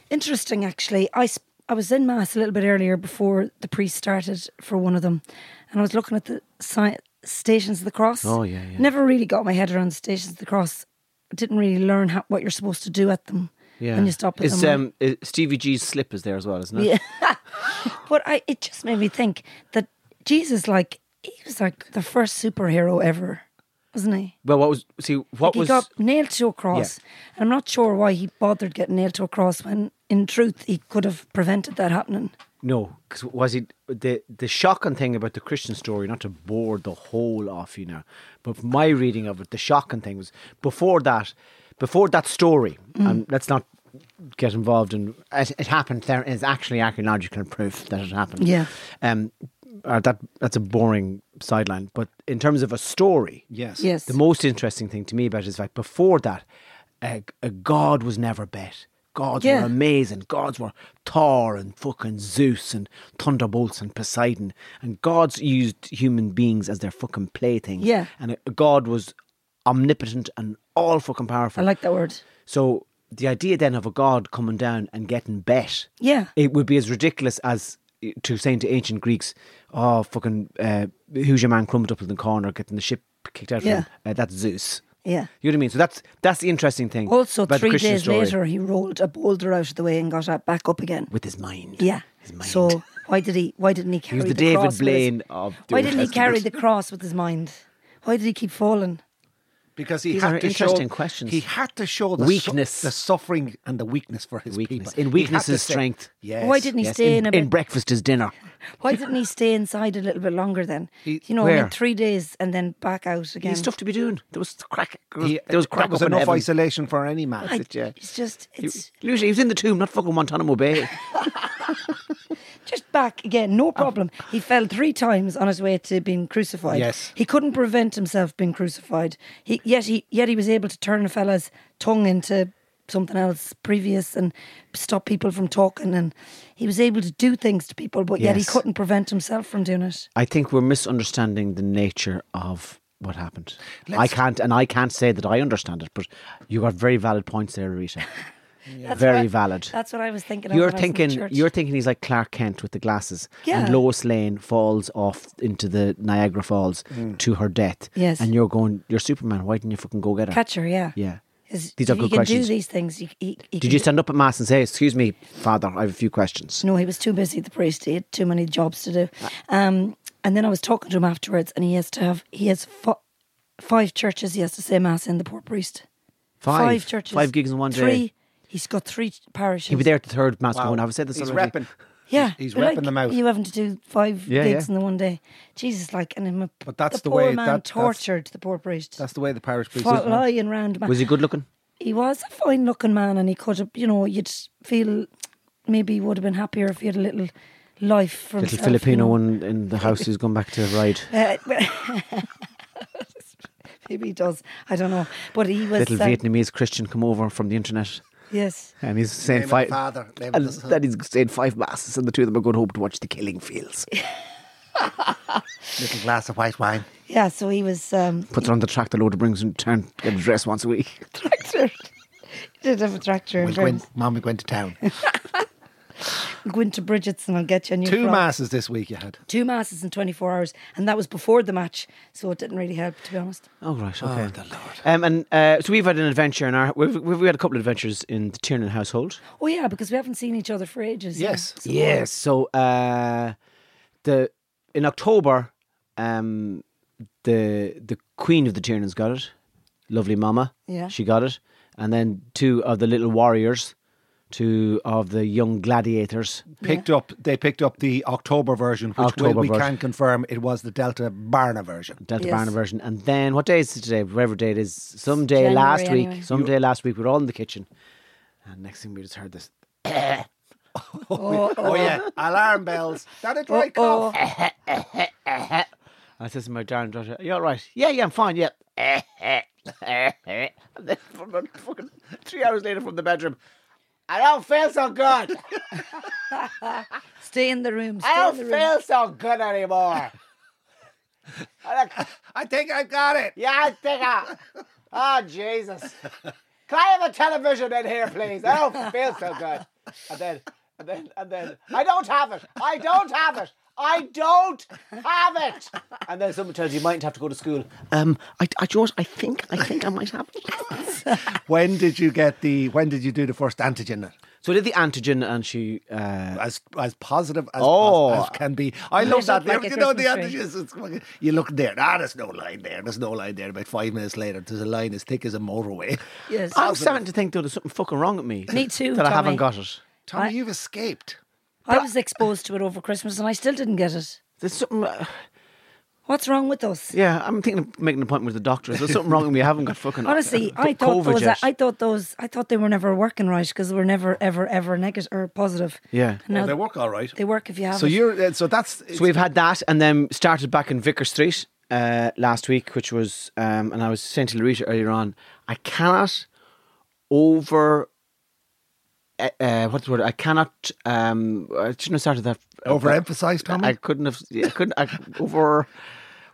Speaker 4: Interesting, actually. I sp- I was in mass a little bit earlier before the priest started for one of them, and I was looking at the si- Stations of the Cross.
Speaker 2: Oh, yeah, yeah.
Speaker 4: Never really got my head around the Stations of the Cross. I didn't really learn how, what you're supposed to do at them when you stop at
Speaker 2: Is
Speaker 4: them.
Speaker 2: um, is Stevie G's slip is there as well, isn't it?
Speaker 4: Yeah. but I, it just made me think that Jesus, like, he was like the first superhero ever, wasn't he?
Speaker 2: Well, what was see what
Speaker 4: Like, he
Speaker 2: was
Speaker 4: got nailed to a cross. And I'm not sure why he bothered getting nailed to a cross when, in truth, he could have prevented that happening.
Speaker 2: No, because was it the the shocking thing about the Christian story? Not to bore the whole off you now, but from my reading of it, the shocking thing was before that, before that story,
Speaker 4: Mm.
Speaker 2: and let's not get involved in it, it happened. There is actually archaeological proof that it happened.
Speaker 4: Yeah.
Speaker 2: um, uh, that that's a boring sideline. But in terms of a story,
Speaker 3: Yes.
Speaker 4: Yes.
Speaker 2: the most interesting thing to me about it is the fact before that, uh, uh, God was never bet. Gods
Speaker 4: Yeah.
Speaker 2: were amazing. Gods were Thor and fucking Zeus and Thunderbolts and Poseidon. And gods used human beings as their fucking playthings.
Speaker 4: Yeah.
Speaker 2: And a, a god was omnipotent and all fucking
Speaker 4: I
Speaker 2: powerful.
Speaker 4: like that word.
Speaker 2: so the idea then of a god coming down and getting bet,
Speaker 4: Yeah.
Speaker 2: it would be as ridiculous as eh, to saying to ancient Greeks, "Oh, fucking, uh, who's your man crumbed up in the corner, getting the ship kicked out of him? Uh, that's Zeus."
Speaker 4: Yeah.
Speaker 2: You know what I mean? So that's that's the interesting thing.
Speaker 4: Also,
Speaker 2: about the
Speaker 4: three
Speaker 2: Christian
Speaker 4: days
Speaker 2: story.
Speaker 4: later, he rolled a boulder out of the way and got up, back up again.
Speaker 2: with his mind.
Speaker 4: Yeah.
Speaker 2: his mind.
Speaker 4: So why did he? Why didn't he
Speaker 2: he
Speaker 4: carry
Speaker 2: was the,
Speaker 4: the,
Speaker 2: David
Speaker 4: cross with his-
Speaker 2: Blaine of. The
Speaker 4: why
Speaker 2: Old
Speaker 4: didn't he
Speaker 2: Testament.
Speaker 4: carry the cross with his mind? Why did he keep falling?
Speaker 3: Because he
Speaker 2: These
Speaker 3: had
Speaker 2: are
Speaker 3: to
Speaker 2: interesting
Speaker 3: show,
Speaker 2: questions.
Speaker 3: He had to show the
Speaker 2: Weakness.
Speaker 3: su- the suffering, and the weakness for his
Speaker 2: Weakness. In
Speaker 3: people. He had
Speaker 2: weakness
Speaker 3: to
Speaker 2: is
Speaker 3: say-
Speaker 2: strength.
Speaker 3: Yes.
Speaker 4: Why didn't he
Speaker 2: Yes,
Speaker 4: stay in,
Speaker 2: in,
Speaker 4: a
Speaker 2: in
Speaker 4: bit-
Speaker 2: breakfast is dinner.
Speaker 4: Why didn't he stay inside a little bit longer then?
Speaker 3: He-
Speaker 4: you know, I mean,
Speaker 2: where?
Speaker 4: three days and then back out again.
Speaker 2: He's stuff to be doing. There was crack.
Speaker 3: He,
Speaker 2: there was crack
Speaker 3: that was
Speaker 2: up in
Speaker 3: enough
Speaker 2: heaven.
Speaker 3: isolation for any man.
Speaker 4: I-
Speaker 3: Sit, yeah.
Speaker 4: It's just, it's
Speaker 2: Usually he was in the tomb, not fucking Guantanamo Bay.
Speaker 4: just back again.
Speaker 2: Ah.
Speaker 4: No problem. he fell three times on his way to being crucified.
Speaker 3: Yes.
Speaker 4: he couldn't prevent himself being crucified. He yet he yet he was able to turn a fella's tongue into something else previous and stop people from talking. And he was able to do things to people, but yet he
Speaker 2: Yes.
Speaker 4: couldn't prevent himself from doing it.
Speaker 2: I think we're misunderstanding the nature of what happened. I
Speaker 3: Let's-
Speaker 2: can't, and I can't say that I understand it, but you got very valid points there, Rita.
Speaker 4: That's
Speaker 2: Very
Speaker 4: what I-
Speaker 2: valid.
Speaker 4: That's what I was thinking. of
Speaker 2: You're
Speaker 4: when I was in the
Speaker 2: thinking
Speaker 4: church.
Speaker 2: you're thinking he's like Clark Kent with the glasses.
Speaker 4: Yeah.
Speaker 2: And Lois Lane falls off into the Niagara Falls
Speaker 3: Mm.
Speaker 2: to her death.
Speaker 4: Yes.
Speaker 2: And you're going, You're Superman, why didn't you fucking go get her?
Speaker 4: catcher. Yeah,
Speaker 2: Yeah.
Speaker 4: 'Cause
Speaker 2: These are
Speaker 4: if
Speaker 2: good
Speaker 4: he can
Speaker 2: questions.
Speaker 4: do these things. He, he, he
Speaker 2: Did
Speaker 4: can
Speaker 2: you stand up at mass and say, Excuse me, Father, I have a few questions?
Speaker 4: No, he was too busy. The priest, he had too many jobs to do. Um, and then I was talking to him afterwards, and he has to have he has fo- five churches. He has to say mass in the poor priest. churches,
Speaker 2: Five gigs in one
Speaker 4: three,
Speaker 2: day.
Speaker 4: He's got three parishes.
Speaker 2: He was there at the third mass going,
Speaker 3: Wow.
Speaker 2: I've said this
Speaker 3: He's
Speaker 2: already.
Speaker 3: repping.
Speaker 4: Yeah,
Speaker 3: He's
Speaker 4: but, like,
Speaker 3: repping them out.
Speaker 4: You having to do five
Speaker 2: Yeah,
Speaker 4: gigs
Speaker 2: yeah.
Speaker 4: in the one day. Jesus, like, and him.
Speaker 3: But that's the
Speaker 4: poor
Speaker 3: way-
Speaker 4: man
Speaker 3: that- that's-
Speaker 4: tortured the poor priest.
Speaker 3: That's the way the parish priest
Speaker 4: Fought
Speaker 3: is. man.
Speaker 4: lying round. man.
Speaker 2: Was he good looking?
Speaker 4: he was a fine looking man and he could have you know you'd feel maybe he would have been happier if he had a little life for
Speaker 2: Little
Speaker 4: himself,
Speaker 2: Filipino
Speaker 4: you know.
Speaker 2: one in the house who's gone back to ride.
Speaker 4: Uh, maybe he does I don't know but he was
Speaker 2: Little
Speaker 4: um,
Speaker 2: Vietnamese Christian come over from the internet.
Speaker 4: yes
Speaker 2: And he's
Speaker 3: Name
Speaker 2: saying
Speaker 3: of the
Speaker 2: five.
Speaker 3: Father, name of
Speaker 2: and
Speaker 3: the Son.
Speaker 2: that he's saying five masses, and the two of them are going home to watch the killing fields.
Speaker 3: Little glass of white wine.
Speaker 4: yeah so he was um
Speaker 2: Puts her on the track the loader brings and turn get a dress once a week.
Speaker 4: tractor he did have a tractor
Speaker 3: We'll
Speaker 4: and
Speaker 3: go in, Mom, we go into town.
Speaker 4: going to Bridget's and I'll get you a new
Speaker 3: Two
Speaker 4: frock.
Speaker 3: masses this week you had.
Speaker 4: two masses in 24 hours and that was before the match so it didn't really help to be honest
Speaker 2: Oh right,
Speaker 3: Ah.
Speaker 2: okay. Um, and uh, so we've had an adventure in our we've, we've we had a couple of adventures in the Tiernan household.
Speaker 4: oh yeah because we haven't seen each other for ages you know.
Speaker 3: Yes.
Speaker 4: So-
Speaker 2: Yes. So uh, the in October, um, the the Queen of the Tiernans got it. Lovely Mama.
Speaker 4: Yeah.
Speaker 2: She got it, and then two of the little warriors, two of the young gladiators.
Speaker 3: Picked up. They picked up the October version, which
Speaker 2: October
Speaker 3: will, we
Speaker 2: version.
Speaker 3: can confirm it was the Delta Barna version.
Speaker 2: Delta
Speaker 4: Yes.
Speaker 2: Barna version. And then what day is it today? Whatever day it is, some day
Speaker 4: January
Speaker 2: last week,
Speaker 4: anyway.
Speaker 2: some day last week, we we're all in the kitchen, and next thing we just heard this.
Speaker 4: oh,
Speaker 3: Oh yeah, alarm bells. That it right
Speaker 4: oh.
Speaker 3: off.
Speaker 2: And I says to my darling daughter, "Are you all right? Yeah, yeah, I'm fine. Yeah." and then from the fucking three hours later from the bedroom, I don't feel so good.
Speaker 4: stay in the room stay
Speaker 2: I
Speaker 4: in
Speaker 2: don't
Speaker 4: the room
Speaker 2: feel so good anymore. I don't-
Speaker 3: I think I got it.
Speaker 2: yeah, I think I. Oh Jesus! Can I have a television in here, please? I don't feel so good. And then, and then, and then, I don't have it. I don't have it. I don't have it. And then someone tells you, you might have to go to school. Um, I, I, George, I think, I think I might have it.
Speaker 3: When did you get the? When did you do the first antigen?
Speaker 2: So I did the antigen, and she. Uh,
Speaker 3: As as positive as,
Speaker 2: Oh.
Speaker 3: as, as can be. I love
Speaker 4: Lit up
Speaker 3: that.
Speaker 4: like a
Speaker 3: you know the
Speaker 4: Christmas tree.
Speaker 3: antigens. It's fucking- you look there. Ah, there's no line there. There's no line there. About five minutes later, there's a line as thick as a motorway.
Speaker 4: Yes.
Speaker 2: I'm starting to think though there's something fucking wrong with me.
Speaker 4: Me too,
Speaker 2: That I haven't
Speaker 4: Tommy.
Speaker 2: got it.
Speaker 3: Tommy, you've escaped.
Speaker 4: I was exposed to it over Christmas and I still didn't get it.
Speaker 2: There's something. Uh,
Speaker 4: What's wrong with us?
Speaker 2: yeah, I'm thinking of making an appointment with the doctor. There's something wrong with me. I haven't got fucking.
Speaker 4: Honestly,
Speaker 2: uh,
Speaker 4: I thought
Speaker 2: COVID
Speaker 4: those.
Speaker 2: yet.
Speaker 4: I thought those. I thought they were never working right because they were never, ever, ever negative or positive.
Speaker 2: Yeah.
Speaker 4: And now
Speaker 3: they work all right.
Speaker 4: They work if you have.
Speaker 3: So
Speaker 4: it.
Speaker 3: you're. uh, So that's.
Speaker 2: So we've had that, and then started back in Vicar Street uh, last week, which was, um, and I was saying to Larita earlier on, I cannot over. Uh, uh, what's the word? I cannot. Um, I shouldn't have started that.
Speaker 3: Overemphasized, Tommy?
Speaker 2: I couldn't have. yeah, I couldn't. I, over.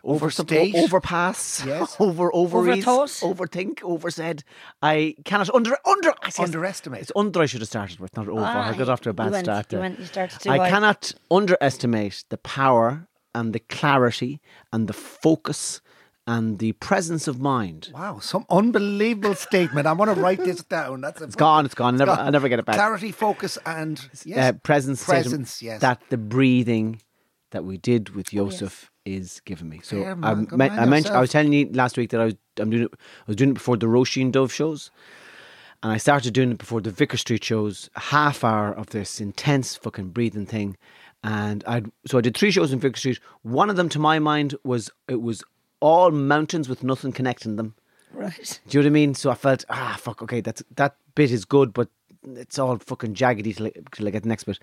Speaker 2: over
Speaker 3: Overstate.
Speaker 2: something, overpass,
Speaker 3: Yes.
Speaker 2: over ovaries,
Speaker 4: Overthought.
Speaker 2: overthink, oversaid. I cannot under under I said-
Speaker 3: Underestimate.
Speaker 2: It's under I should have started with, not over. I got off to a bad
Speaker 4: you went-
Speaker 2: start
Speaker 4: you
Speaker 2: there.
Speaker 4: went- you started too
Speaker 2: I
Speaker 4: high.
Speaker 2: cannot underestimate the power and the clarity and the focus and the presence of mind.
Speaker 3: Wow, some unbelievable statement. I want to write this down. That's a,
Speaker 2: It's gone. It's gone. Never, I'll never get it back.
Speaker 3: Clarity, focus, and
Speaker 2: uh,
Speaker 3: yes,
Speaker 2: presence, state of-
Speaker 3: presence. Yes, Oh,
Speaker 2: that the breathing that we did with Joseph is giving me. So
Speaker 3: Yeah,
Speaker 2: I,
Speaker 3: man, good
Speaker 2: men-
Speaker 3: man
Speaker 2: I mentioned I
Speaker 3: yourself.
Speaker 2: was telling you last week that I was I'm doing it, I was doing it before the Roshi and Dove shows, and I started doing it before the Vicar Street shows. Half hour of this intense fucking breathing thing, and I so I did three shows in Vicar Street. One of them, to my mind, was it was all mountains with nothing connecting them.
Speaker 4: Right.
Speaker 2: Do you know what I mean? So I felt, ah, fuck, okay, that's, that bit is good, but it's all fucking jaggedy till I, till I get the next bit.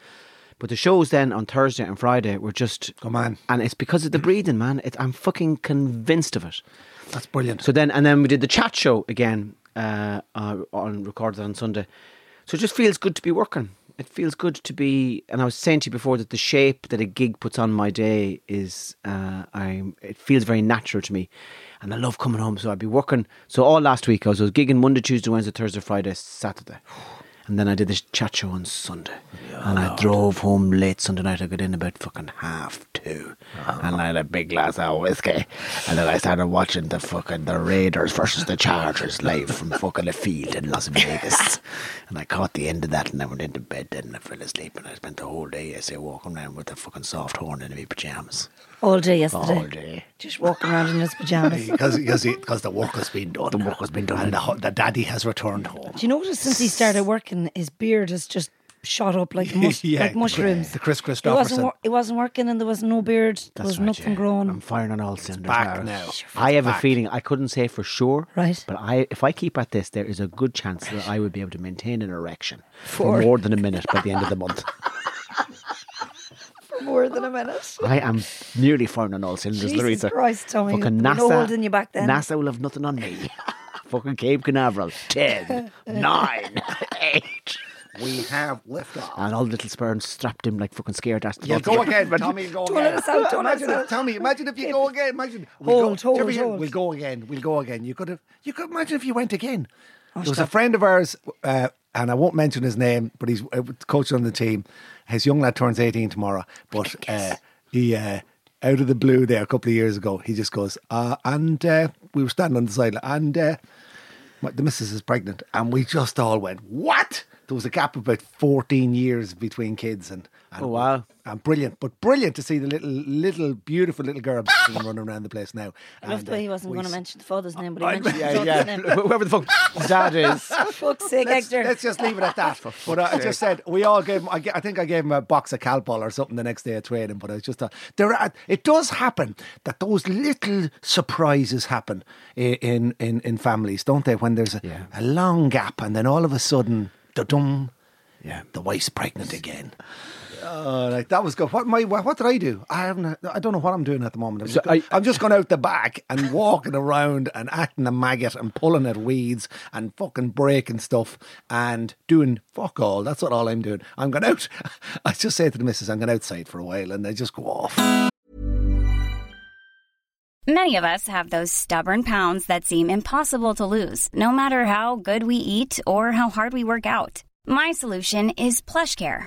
Speaker 2: But the shows then on Thursday and Friday were just.
Speaker 3: Come on.
Speaker 2: And it's because of the breathing, man. It, I'm fucking convinced of it.
Speaker 3: that's brilliant.
Speaker 2: So then, and then we did the chat show again, uh, uh, on recorded on Sunday. So it just feels good to be working. It feels good to be, and I was saying to you before that the shape that a gig puts on my day is, uh, I'm. It feels very natural to me, and I love coming home. So I'd be working. So all last week I was, I was gigging Monday, Tuesday, Wednesday, Thursday, Friday, Saturday, and then I did this chat show on Sunday, and I drove home late Sunday night. I got in about fucking half two,
Speaker 4: Uh-huh.
Speaker 2: and I had a big glass of whiskey, and then I started watching the fucking the Raiders versus the Chargers live from fucking a field in Las Vegas, and I caught the end of that, and I went into bed then and I fell asleep, and I spent the whole day I say walking around with a fucking soft horn in my pajamas
Speaker 4: All day yesterday.
Speaker 2: all day.
Speaker 4: Just walking around in his pajamas. Do
Speaker 3: Because because the work has been done. The work has been done, and the, hu- the daddy has returned home.
Speaker 4: you notice since he started working, his beard has just shot up like, mus-
Speaker 3: Yeah,
Speaker 4: like mushrooms.
Speaker 3: the Chris
Speaker 4: It wasn't,
Speaker 3: Christopherson.
Speaker 4: wor- it wasn't working and there was no beard. there was
Speaker 2: right,
Speaker 4: nothing
Speaker 2: yeah.
Speaker 4: growing.
Speaker 2: I'm firing on all cylinders
Speaker 3: back now.
Speaker 2: I have a feeling I couldn't say for sure,
Speaker 4: Right.
Speaker 2: But I, if I keep at this, there is a good chance that I would be able to maintain an erection for more than a minute by the end of the month.
Speaker 4: For more than a minute.
Speaker 2: I am nearly firing on all cylinders,
Speaker 4: Jesus
Speaker 2: Larissa.
Speaker 4: Christ, Tommy,
Speaker 2: Fucking
Speaker 4: there'll be no
Speaker 2: NASA,
Speaker 4: holding you back then.
Speaker 2: NASA will have nothing on me. Fucking Cape Canaveral, ten, nine, eight,
Speaker 3: We have liftoff.
Speaker 2: and all the little sperms strapped him like fucking scared ass.
Speaker 3: Yeah, go again, Tommy. Go
Speaker 4: Don't let
Speaker 3: again.
Speaker 4: us out, don't let
Speaker 3: imagine
Speaker 4: us
Speaker 3: if,
Speaker 4: out.
Speaker 3: Tommy. Imagine if you go again. Imagine.
Speaker 4: Hold,
Speaker 3: go, do you ever
Speaker 4: hold,
Speaker 3: hear,
Speaker 4: hold.
Speaker 3: We'll go again. We'll go again. You could have. You could imagine if you went again. there was
Speaker 4: Oh, stop.
Speaker 3: a friend of ours, uh, and I won't mention his name, but he's uh, coaching on the team. His young lad turns eighteen tomorrow, but uh, he. Uh, out of the blue, there a couple of years ago, he just goes, uh, and uh, we were standing on the sideline, and uh, my, the missus is pregnant, and we just all went, "What?" There was a gap of about fourteen years between kids, and, and
Speaker 2: Oh, wow.
Speaker 3: and brilliant, but brilliant to see the little, little, beautiful little girl running around the place now. uh,
Speaker 4: I love the way he wasn't going to mention the father's name, but he
Speaker 3: I-
Speaker 4: mentioned
Speaker 3: yeah,
Speaker 4: his son's
Speaker 3: yeah.
Speaker 4: name.
Speaker 2: Whoever the fuck dad is.
Speaker 4: For fuck's sake,
Speaker 3: Let's,
Speaker 4: Hector.
Speaker 3: let's just leave it at that. but I, I just said we all gave. Him, I, ge- I think I gave him a box of Calpol or something the next day of training. But I was just uh, there. Are, it does happen that those little surprises happen i- in in, in families, don't they? When there's a,
Speaker 2: Yeah.
Speaker 3: a long gap, and then all of a sudden, the dum.
Speaker 2: Yeah.
Speaker 3: the wife's pregnant again. Oh, like that was good. What my what did I do? I haven't. I don't know what I'm doing at the moment. I'm, just,
Speaker 2: I-
Speaker 3: go- I'm just going out the back and walking around and acting a maggot and pulling at weeds and fucking breaking stuff and doing fuck all. That's what all I'm doing. I'm going out. I just say to the missus, I'm going outside for a while, and they just go off.
Speaker 5: Many of us have those stubborn pounds that seem impossible to lose, no matter how good we eat or how hard we work out. My solution is PlushCare.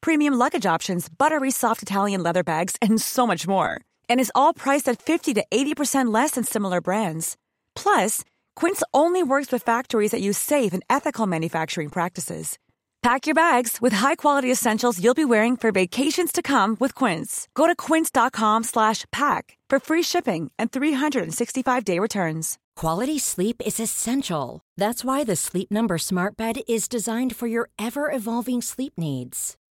Speaker 6: premium luggage options, buttery soft Italian leather bags, and so much more. And is all priced at 50 to 80% less than similar brands. Plus, Quince only works with factories that use safe and ethical manufacturing practices. Pack your bags with high-quality essentials you'll be wearing for vacations to come with Quince. Go to quince.com slash pack for free shipping and 365-day returns.
Speaker 7: Quality sleep is essential. That's why the Sleep Number Smart Bed is designed for your ever evolving sleep needs.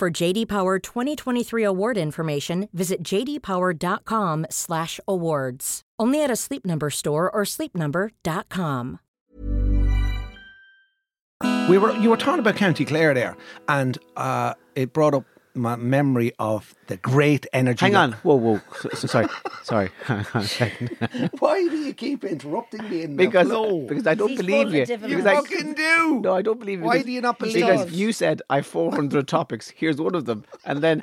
Speaker 7: For JD Power 2023 award information, visit jdpower.com/awards. Only at a Sleep Number store or sleepnumber.com.
Speaker 3: We were you were talking about County Clare there, and uh, it brought up my memory of the great energy.
Speaker 2: Hang
Speaker 3: that-
Speaker 2: on. Whoa, whoa. So, so- sorry. sorry. Hang on a second.
Speaker 3: Why do you keep interrupting me? In
Speaker 2: because,
Speaker 3: the flow?
Speaker 2: because I don't
Speaker 4: He's
Speaker 2: believe you.
Speaker 4: positive
Speaker 3: you
Speaker 2: Because I-
Speaker 4: enough.
Speaker 3: fucking do.
Speaker 2: No, I don't believe you.
Speaker 3: Why
Speaker 2: because-
Speaker 3: do you not believe
Speaker 2: Because
Speaker 3: us?
Speaker 2: you said I have 400 topics. Here's one of them, and then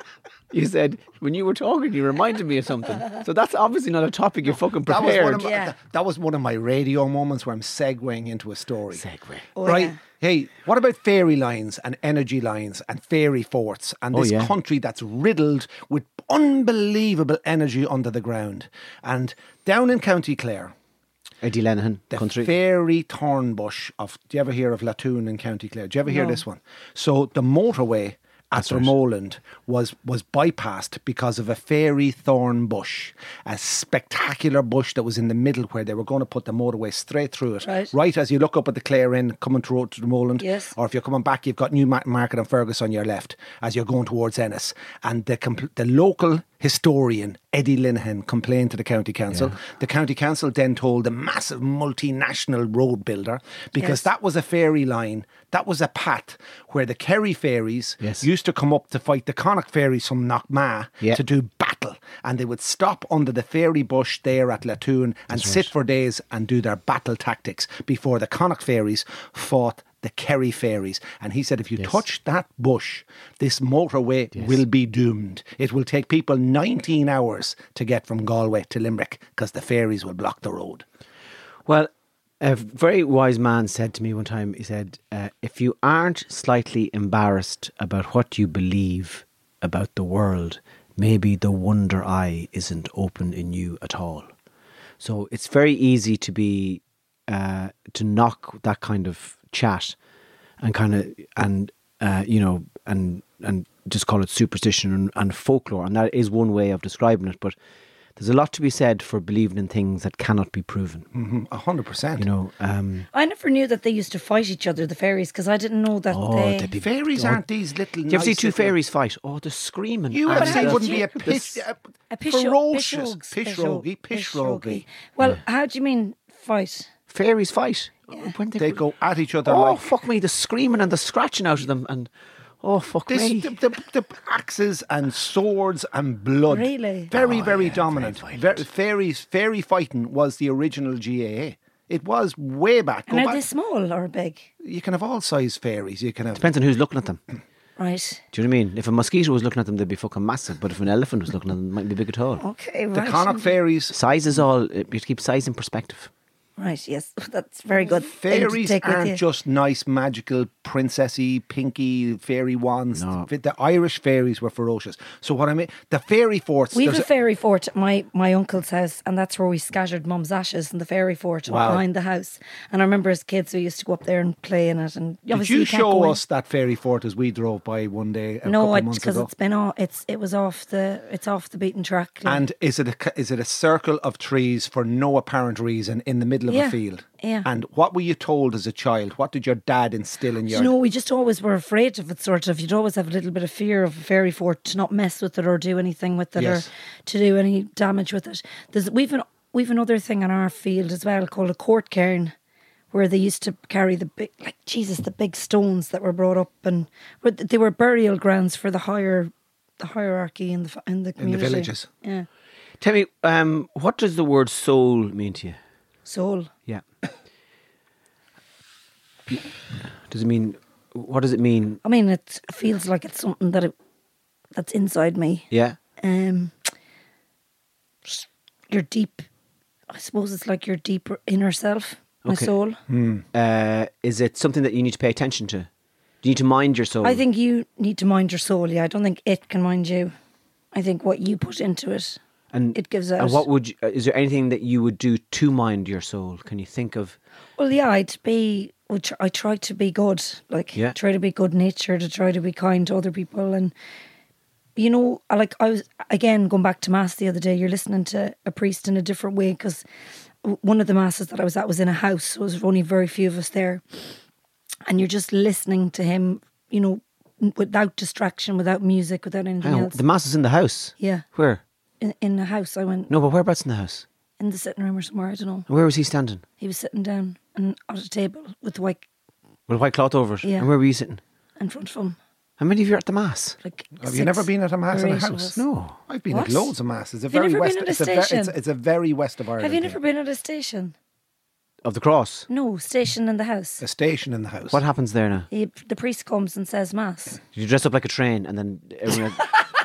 Speaker 2: you said when you were talking, you reminded me of something. So that's obviously not a topic you're fucking
Speaker 3: that was one
Speaker 2: prepared.
Speaker 3: of my,
Speaker 4: Yeah.
Speaker 3: that, was one of my radio moments where I'm segueing into a story. Segue.
Speaker 4: Oh,
Speaker 3: right.
Speaker 4: yeah.
Speaker 3: Hey, what about fairy lines and energy lines and fairy forts and
Speaker 2: Oh,
Speaker 3: this
Speaker 2: yeah.
Speaker 3: country that's riddled with unbelievable energy under the ground? And down in County Clare,
Speaker 2: Eddie Lenahan,
Speaker 3: the
Speaker 2: country.
Speaker 3: fairy thorn bush of. Do you ever hear of Latoon in County Clare? Do you ever hear this one? So the motorway at Drumoland was was bypassed because of a fairy thorn bush, a spectacular bush that was in the middle where they were going to put the motorway straight through it.
Speaker 4: Right.
Speaker 3: as you look up at the Clare Inn coming to road to Drumoland,
Speaker 4: Yes.
Speaker 3: or if you're coming back, you've got Newmarket Market and Fergus on your left as you're going towards Ennis. And the compl- the local historian Eddie Linehan complained to the county council. The county council then told the massive multinational road builder because
Speaker 4: Yes.
Speaker 3: that was a ferry line, that was a path where the Kerry ferries
Speaker 2: Yes.
Speaker 3: used to come up to fight the Connacht ferries from Knockma
Speaker 2: Yeah.
Speaker 3: to do battle, and they would stop under the fairy bush there at Latoon and sit for days and do their battle tactics before the Connacht fairies fought the Kerry fairies. And he said, if you touch that bush, this motorway will be doomed. It will take people 19 hours to get from Galway to Limerick because the fairies will block the road.
Speaker 2: Well, a very wise man said to me one time, he said, uh, if you aren't slightly embarrassed about what you believe about the world, maybe the wonder eye isn't open in you at all. So it's very easy to be, uh, to knock that kind of chat and kind of, and, uh, you know, and, and just call it superstition and, and folklore. And that is one way of describing it. But there's a lot to be said for believing in things that cannot be proven
Speaker 3: Mm, 100%.
Speaker 2: you know, um,
Speaker 4: I never knew that they used to fight each other, the fairies, because I didn't know that
Speaker 2: oh,
Speaker 4: they.
Speaker 2: they'd be
Speaker 3: Fairies
Speaker 2: oh,
Speaker 3: aren't these little.
Speaker 2: Do you ever see
Speaker 3: nice
Speaker 2: two
Speaker 3: little-
Speaker 2: fairies fight? Oh, they're screaming.
Speaker 3: You
Speaker 2: and
Speaker 3: would say
Speaker 2: the-
Speaker 3: wouldn't be a
Speaker 2: the s-
Speaker 3: pish, a,
Speaker 4: A pisho-
Speaker 3: ferocious
Speaker 4: pishogues, pisho-
Speaker 3: pishrogi,
Speaker 4: pishogi.
Speaker 3: pishrogi.
Speaker 4: Well, how do you mean fight?
Speaker 2: fairies fight. When
Speaker 3: They go at each other
Speaker 2: Oh,
Speaker 3: like
Speaker 2: fuck me! The screaming and the scratching out of them, and oh, fuck
Speaker 3: this,
Speaker 2: me!
Speaker 3: the, the, the axes and swords and blood.
Speaker 4: Really?
Speaker 2: Oh,
Speaker 3: Very, very dominant. Ver- fairies, fairy fighting was the original GAA. It was way back. Go
Speaker 4: And are
Speaker 3: back-
Speaker 4: they small or big?
Speaker 3: You can have all size fairies. You can have.
Speaker 2: Depends on who's looking at them. Do
Speaker 4: Right.
Speaker 2: you know what I mean? If a mosquito was looking at them, they'd be fucking massive. But if an elephant was looking at them, it might be big at all.
Speaker 4: Okay.
Speaker 3: The
Speaker 4: Right.
Speaker 3: Connacht fairies.
Speaker 2: Size is all. You have to keep size in perspective.
Speaker 4: Right. Yes, that's very good. thing to
Speaker 3: Fairies
Speaker 4: take with you.
Speaker 3: aren't just nice, magical, princessy, pinky fairy wands.
Speaker 2: No.
Speaker 3: The, the Irish fairies were ferocious. So what I mean, the fairy forts.
Speaker 4: We have
Speaker 3: there's
Speaker 4: a fairy fort at my, my uncle's house, and that's where we scattered mum's ashes in the fairy fort
Speaker 3: Wow.
Speaker 4: behind the house. And I remember as kids, we used to go up there and play in it. And
Speaker 3: Did
Speaker 4: obviously
Speaker 3: you
Speaker 4: can't
Speaker 3: show
Speaker 4: go in.
Speaker 3: us that fairy fort as we drove by one day? A
Speaker 4: No,
Speaker 3: couple of
Speaker 4: it's
Speaker 3: months
Speaker 4: because
Speaker 3: ago?
Speaker 4: it's been off. It's it was off the it's off the beaten track. like-
Speaker 3: And is it a c- is it a circle of trees for no apparent reason in the middle of a
Speaker 4: Yeah,
Speaker 3: field?
Speaker 4: yeah.
Speaker 3: And what were you told as a child? What did your dad instill in
Speaker 4: Do
Speaker 3: your?
Speaker 4: you know, we just always were afraid of it. Sort of, you'd always have a little bit of fear of a fairy fort to not mess with it or do anything with it
Speaker 3: Yes.
Speaker 4: or to do any damage with it. There's we've an we've another thing in our field as well called a court cairn, where they used to carry the big like Jesus the big stones that were brought up and but they were burial grounds for the higher the hierarchy in the f- in the community
Speaker 3: villages.
Speaker 4: Yeah,
Speaker 2: Tell me, um, what does the word soul mean to you?
Speaker 4: soul.
Speaker 2: Yeah. does it mean? What does it mean?
Speaker 4: I mean, it feels like it's something that it, that's inside me.
Speaker 2: Yeah.
Speaker 4: um your deep I suppose it's like your deeper inner self, my
Speaker 2: Okay.
Speaker 4: soul.
Speaker 2: uh, is it something that you need to pay attention to? Do you need to mind your soul?
Speaker 4: I think you need to mind your soul, yeah. I don't think it can mind you. I think what you put into it
Speaker 2: and
Speaker 4: it gives out.
Speaker 2: And what would you, uh, is there anything that you would do to mind your soul? Can you think of?
Speaker 4: well yeah, I'd be which I try to be good, like
Speaker 2: Yeah.
Speaker 4: try to be good natured, to try to be kind to other people, and you know, I- like I was again going back to mass the other day. You're listening to a priest in a different way because one of the masses that I was at was in a house, so there was only very few of us there, and you're just listening to him, you know, n- without distraction, without music, without anything
Speaker 2: Hang on,
Speaker 4: else.
Speaker 2: the mass is in the house.
Speaker 4: yeah,
Speaker 2: Where?
Speaker 4: in, in the house, I went
Speaker 2: No, but whereabouts in the house?
Speaker 4: in the sitting room or somewhere. I don't know.
Speaker 2: And where was he standing?
Speaker 4: He was sitting down and at a table with the white
Speaker 2: With a white cloth over it.
Speaker 4: Yeah.
Speaker 2: And where were you sitting?
Speaker 4: in front of him.
Speaker 2: How many of you are at the mass?
Speaker 4: Like,
Speaker 3: Have you
Speaker 4: six
Speaker 3: never been at a mass
Speaker 4: or
Speaker 3: in a
Speaker 4: eight of
Speaker 3: house?
Speaker 4: us.
Speaker 2: No.
Speaker 3: I've been
Speaker 4: What?
Speaker 3: at loads of mass. It's a
Speaker 4: You've
Speaker 3: very
Speaker 4: never been
Speaker 3: west.
Speaker 4: at a
Speaker 3: it's, a ve- it's,
Speaker 4: station?
Speaker 3: it's a very west of Ireland.
Speaker 4: Have you
Speaker 3: thing.
Speaker 4: never been at a station?
Speaker 2: Of the cross.
Speaker 4: No, station in the house.
Speaker 3: a station in the house?
Speaker 2: What happens there now?
Speaker 4: He, the priest comes and says mass.
Speaker 2: Did you dress up like a train and then everyone.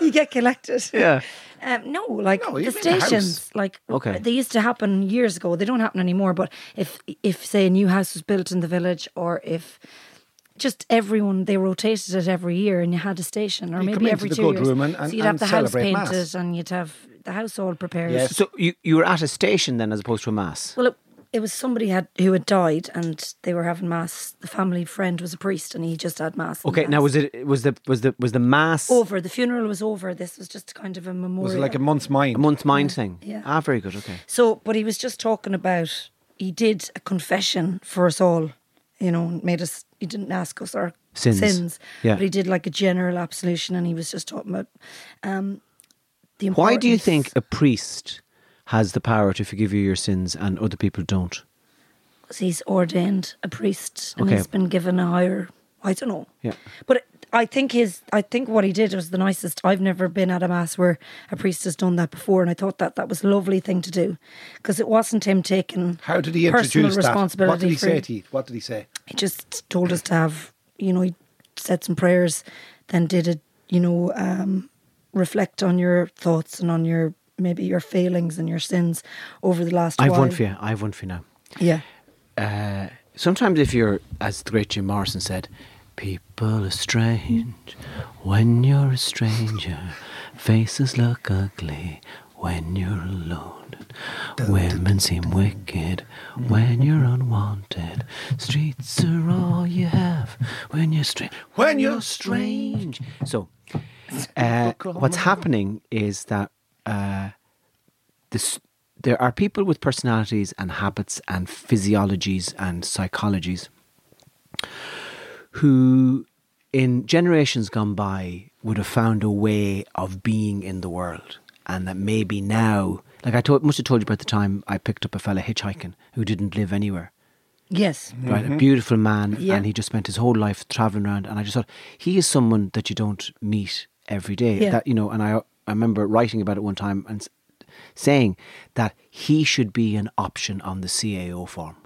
Speaker 4: You get collected.
Speaker 2: yeah.
Speaker 4: Um, no, like
Speaker 3: No,
Speaker 4: the
Speaker 3: you've been in a house.
Speaker 4: stations, like
Speaker 2: Okay.
Speaker 4: they used to happen years ago. They don't happen anymore. But if if say a new house was built in the village, or if just everyone they rotated it every year, and you had a station, or
Speaker 3: You come
Speaker 4: maybe
Speaker 3: into
Speaker 4: every
Speaker 3: the
Speaker 4: two
Speaker 3: good
Speaker 4: years,
Speaker 3: room and- and-
Speaker 4: so you'd have
Speaker 3: and
Speaker 4: the house
Speaker 3: celebrate
Speaker 4: painted,
Speaker 3: Mass.
Speaker 4: and you'd have the house all prepared.
Speaker 3: Yes.
Speaker 2: So you, you were at a station then as opposed to a mass?
Speaker 4: Well, it, it was somebody had who had died, and they were having mass. The family friend was a priest, and he just had mass. and
Speaker 2: Okay, now
Speaker 4: mass. Oh,
Speaker 2: was it was the was the was the mass
Speaker 4: over. The funeral was over. This was just kind of a memorial.
Speaker 3: Was it like a month's mind?
Speaker 2: a month mind thing?
Speaker 4: Yeah.
Speaker 2: Ah, very good. Okay.
Speaker 4: So, but he was just talking about he did a confession for us all, you know, and made us. He didn't ask us our
Speaker 2: Sins. Yeah.
Speaker 4: but he did like a general absolution, and he was just talking about um, the importance.
Speaker 2: Why do you think a priest has the power to forgive you your sins and other people don't?
Speaker 4: 'Cause he's ordained a priest and
Speaker 2: Okay.
Speaker 4: he's been given a higher? I don't know.
Speaker 2: Yeah.
Speaker 4: But I think his, I think what he did was the nicest. I've never been at a mass where a priest has done that before, and I thought that that was a lovely thing to do because it wasn't him taking
Speaker 3: How did he
Speaker 4: personal
Speaker 3: introduce that?
Speaker 4: responsibility.
Speaker 3: What did he
Speaker 4: for-
Speaker 3: say to you? What did he say?
Speaker 4: he just told us to have, you know, he said some prayers, then did a, you know, um, reflect on your thoughts and on your maybe your failings and your sins over the last.
Speaker 2: I've
Speaker 4: while.
Speaker 2: one for you. I've one for you now.
Speaker 4: Yeah.
Speaker 2: Uh, sometimes if you're, as the great Jim Morrison said, people are strange when you're a stranger. Faces look ugly when you're alone. Women seem wicked when you're unwanted. Streets are all you have when you're strange.
Speaker 3: When you're
Speaker 2: strange. So, uh, what's happening is that uh, this, there are people with personalities and habits and physiologies and psychologies who, in generations gone by, would have found a way of being in the world, and that maybe now, like I told, must have told you about the time I picked up a fella hitchhiking who didn't live anywhere.
Speaker 4: Yes.
Speaker 2: Right, a beautiful man,
Speaker 4: Mm-hmm. Yeah.
Speaker 2: and he just spent his whole life traveling around. And I just thought he is someone that you don't meet every day.
Speaker 4: Yeah.
Speaker 2: That you know, and I I remember writing about it one time and s- saying that he should be an option on the CAO form.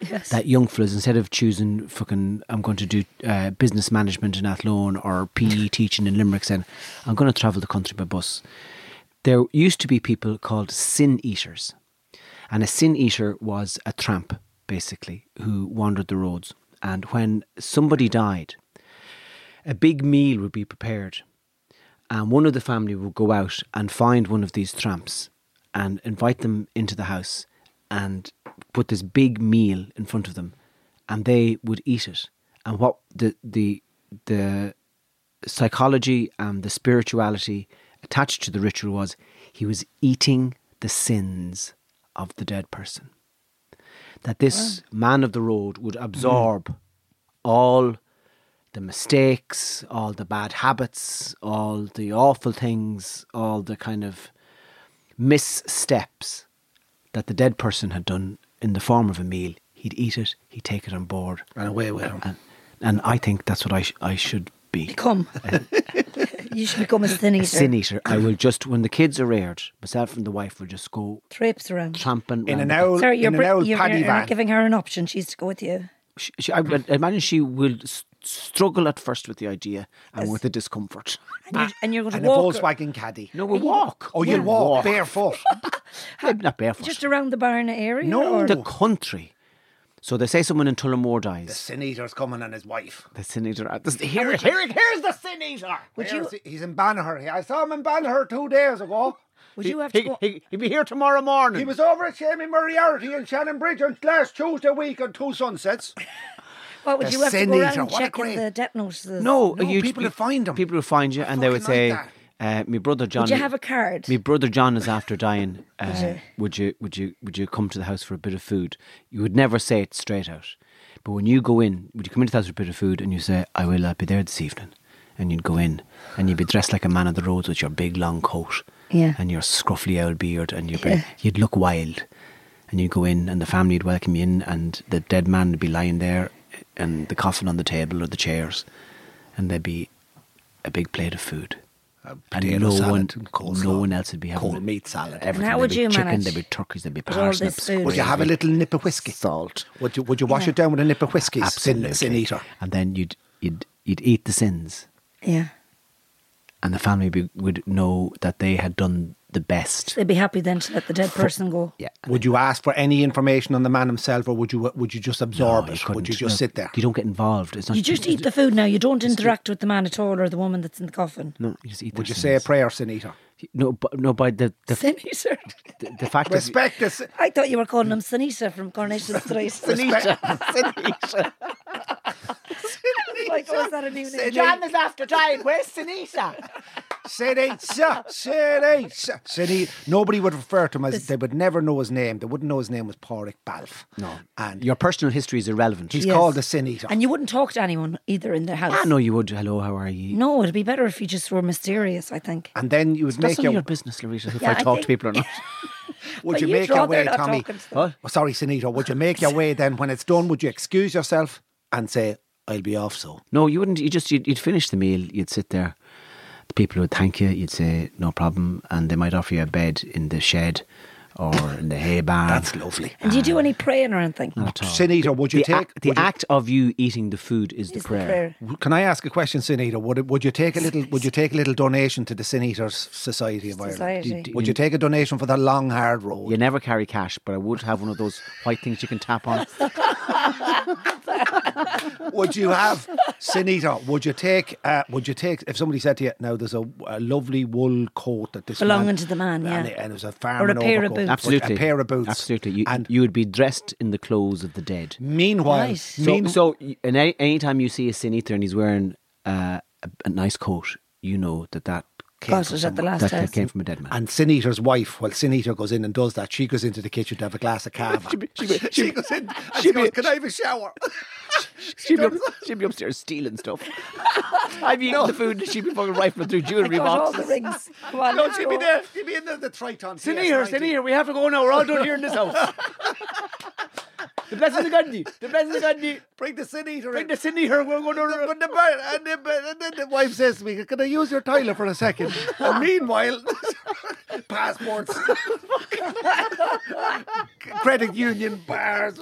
Speaker 4: Yes.
Speaker 2: That young fellas, instead of choosing fucking, I'm going to do uh, business management in Athlone or PE teaching in Limerick, saying, I'm going to travel the country by bus. There used to be people called sin eaters. And a sin eater was a tramp, basically, who wandered the roads. And when somebody died, a big meal would be prepared. And one of the family would go out and find one of these tramps and invite them into the house and put this big meal in front of them. And they would eat it. And what the, the, the psychology and the spirituality attached to the ritual was he was eating the sins of the dead person that this man of the road would absorb all the mistakes, all the bad habits, all the awful things, all the kind of missteps that the dead person had done in the form of a meal. He'd eat it, he'd take it on board.
Speaker 3: Ran away with him.
Speaker 2: And, and I think that's what I, sh- I should be.
Speaker 4: Become. you should become a sin eater.
Speaker 2: A sin eater. I will just, when the kids are aired, myself and the wife will just go
Speaker 4: Traipse around.
Speaker 2: tramping
Speaker 3: In
Speaker 2: round
Speaker 3: an
Speaker 2: the-
Speaker 3: owl,
Speaker 4: Sorry, you're,
Speaker 3: in
Speaker 4: br-
Speaker 3: an owl
Speaker 4: you're,
Speaker 3: paddy
Speaker 4: you're
Speaker 3: van.
Speaker 4: not giving her an option. She's to go with you.
Speaker 2: she, she, I, would imagine she will s- struggle at first with the idea and with the discomfort.
Speaker 4: And you're, and you're going
Speaker 3: Ah, and
Speaker 4: to
Speaker 3: a
Speaker 4: walk her-
Speaker 3: Volkswagen caddy.
Speaker 2: No, we'll walk.
Speaker 3: Oh, you'll
Speaker 2: We'll
Speaker 3: walk, barefoot.
Speaker 2: Maybe not barefoot.
Speaker 4: just around the Barna area.
Speaker 3: No.
Speaker 4: or-
Speaker 2: the country. So they say someone in Tullamore
Speaker 3: the
Speaker 2: dies.
Speaker 3: sin eater's coming and his wife.
Speaker 2: The sin eater. uh, this- Here,
Speaker 3: Ah,
Speaker 2: here, here's the sin eater.
Speaker 3: Would you? He's in Banagher. I saw him in Banagher two days ago.
Speaker 4: Would you have to
Speaker 2: he,
Speaker 4: go-
Speaker 2: He, will be here tomorrow morning.
Speaker 3: He was over at Jamie Moriarty and Shannon Bridge on last Tuesday week on Two Sunsets.
Speaker 4: What would
Speaker 3: The
Speaker 4: you have to go
Speaker 3: senator,
Speaker 4: around and
Speaker 3: what a
Speaker 4: check
Speaker 3: great-
Speaker 4: the death notices?
Speaker 2: no,
Speaker 3: No,
Speaker 2: you'd
Speaker 3: people
Speaker 2: be-
Speaker 3: would find him.
Speaker 2: People would find you,
Speaker 3: I
Speaker 2: and they would
Speaker 3: fucking
Speaker 2: say,
Speaker 3: like
Speaker 2: uh, "My brother John."
Speaker 4: Would you have a card?
Speaker 2: My brother John is after dying. Uh, would you would you would you come to the house for a bit of food? You would never say it straight out, but when you go in, would you come into the house for a bit of food and you say, "I will, I'll be there this evening," and you'd go in and you'd be dressed like a man of the roads with your big long coat,
Speaker 4: Yeah.
Speaker 2: and your scruffy old beard, and you'd be, you'd look wild, and you'd go in and the family would welcome you in, and the dead man would be lying there, and the coffin on the table or the chairs, and there'd be a big plate of food.
Speaker 3: potato salad and coleslaw.
Speaker 2: no one else would be having
Speaker 3: Cold
Speaker 2: it.
Speaker 3: meat salad.
Speaker 2: Everything.
Speaker 4: how
Speaker 2: There'd
Speaker 4: would
Speaker 2: be
Speaker 4: you
Speaker 2: chicken,
Speaker 4: manage
Speaker 2: There'd be turkeys. There'd be
Speaker 4: with all this
Speaker 2: parsnips.
Speaker 4: food?
Speaker 3: Would you have a little nip of whiskey?
Speaker 2: Salt.
Speaker 3: Would you Would you wash it down with a nip of whiskey? Sin, sin eater.
Speaker 2: And then you'd you'd you'd eat the sins,
Speaker 4: yeah.
Speaker 2: and the family be, would know that they had done the best.
Speaker 4: They'd be happy then to let the dead person go.
Speaker 2: Yeah.
Speaker 3: Would you ask for any information on the man himself, or would you Would you just absorb
Speaker 2: No, you
Speaker 3: it? Would you
Speaker 2: couldn't.
Speaker 3: just
Speaker 2: No,
Speaker 3: sit there?
Speaker 2: You don't get involved. It's not.
Speaker 4: You just eat the food now. You don't interact with the man at all or the woman that's in the coffin.
Speaker 2: No, you just eat.
Speaker 3: Would
Speaker 2: the
Speaker 3: you say a
Speaker 2: sins.
Speaker 3: prayer, sin eater?
Speaker 2: No, but no, by the the,
Speaker 4: Sinisa.
Speaker 2: the, the fact that
Speaker 3: Respect us.
Speaker 4: I thought you were calling him Sinisa from Coronation Street. like, oh, is that a new name?
Speaker 3: is after dying. Where's Sinisa? Sinisa, Sinisa, Sinisa. Nobody would refer to him as. They would never know his name. They wouldn't know his name was Porrick Balfe. No, and
Speaker 2: your personal history is irrelevant.
Speaker 3: he's
Speaker 4: Yes.
Speaker 3: called the Sin Eater.
Speaker 4: And you wouldn't talk to anyone either in their house.
Speaker 3: Ah,
Speaker 2: I know you would. Hello, how are you?
Speaker 4: No, it'd be better if you just were mysterious, I think.
Speaker 3: And then you would
Speaker 2: That's
Speaker 3: make
Speaker 2: none of
Speaker 3: your,
Speaker 2: your business, Larissa. If
Speaker 4: Yeah,
Speaker 2: I
Speaker 4: I
Speaker 2: talk
Speaker 4: think-
Speaker 2: to people or not.
Speaker 3: would
Speaker 4: But
Speaker 3: you
Speaker 4: you'd
Speaker 3: make your
Speaker 4: rather
Speaker 3: way,
Speaker 4: not
Speaker 3: Tommy?
Speaker 4: talk and
Speaker 2: What?
Speaker 3: Oh, sorry, Sinita. Would you make your way then? When it's done, would you excuse yourself and say, "I'll be off"? So
Speaker 2: No, you wouldn't. You just you'd, you'd finish the meal. You'd sit there. The people would thank you. You'd say no problem, and they might offer you a bed in the shed or in the hay barn.
Speaker 3: that's lovely.
Speaker 4: And do you do any
Speaker 2: Ah.
Speaker 4: praying or anything?
Speaker 2: Not at all.
Speaker 3: Sinita, would you
Speaker 2: the
Speaker 3: take?
Speaker 2: act, the
Speaker 3: would you-
Speaker 2: act of you eating the food is the
Speaker 4: Is the
Speaker 2: prayer.
Speaker 4: prayer.
Speaker 3: Can I ask a question, Sinita? Would it, would you take a little? Would you take a little donation to the Sin Eaters Society of Ireland?
Speaker 4: Society.
Speaker 3: Would you take a donation for the long hard road?
Speaker 2: You never carry cash, but I would have one of those white things you can tap on.
Speaker 3: would you have Sinita? Would you take? Uh, would you take? If somebody said to you, "Now there's a, a lovely wool coat that this
Speaker 4: Belonging
Speaker 3: man,
Speaker 4: to the man,
Speaker 3: and
Speaker 4: yeah.
Speaker 3: it, and it was a farm
Speaker 4: Or a pair of boots.
Speaker 2: Absolutely,
Speaker 3: a pair of boots,
Speaker 2: Absolutely, you,
Speaker 3: and
Speaker 2: you would be dressed in the clothes of the dead.
Speaker 3: meanwhile,
Speaker 4: Nice. So-
Speaker 2: So,
Speaker 3: mean,
Speaker 2: so y- and any, anytime you see a sin eater and he's wearing uh, a, a nice coat, you know that that came,
Speaker 4: Course
Speaker 2: from,
Speaker 4: was at the
Speaker 2: someone-
Speaker 4: last
Speaker 2: that, that
Speaker 4: house.
Speaker 2: came from a dead man.
Speaker 3: and Sin Eater's wife, while Sin Eater goes in and does that, she goes into the kitchen to have a glass of cava. she, goes in and she goes, "Can I have a shower?"
Speaker 2: She'd be, up, she'd be upstairs stealing stuff. I'd be eating the food and she'd be fucking rifling through
Speaker 4: I
Speaker 2: jewellery
Speaker 4: got all
Speaker 2: boxes.
Speaker 4: the rings. Come on,
Speaker 3: no,
Speaker 4: let's
Speaker 3: she'd be
Speaker 4: go.
Speaker 3: there. She'd be in the, the Triton.
Speaker 2: Sit in here, sit in here. We have to go now. We're all done here in this house. the blessing of Gandhi. The blessing of Gandhi.
Speaker 3: Bring the Sin Eater
Speaker 2: Bring
Speaker 3: in.
Speaker 2: the sin here. We're going to...
Speaker 3: But the bar- and, the, and then the wife says to me, Can I use your toilet for a second? and meanwhile, passports, credit union bars.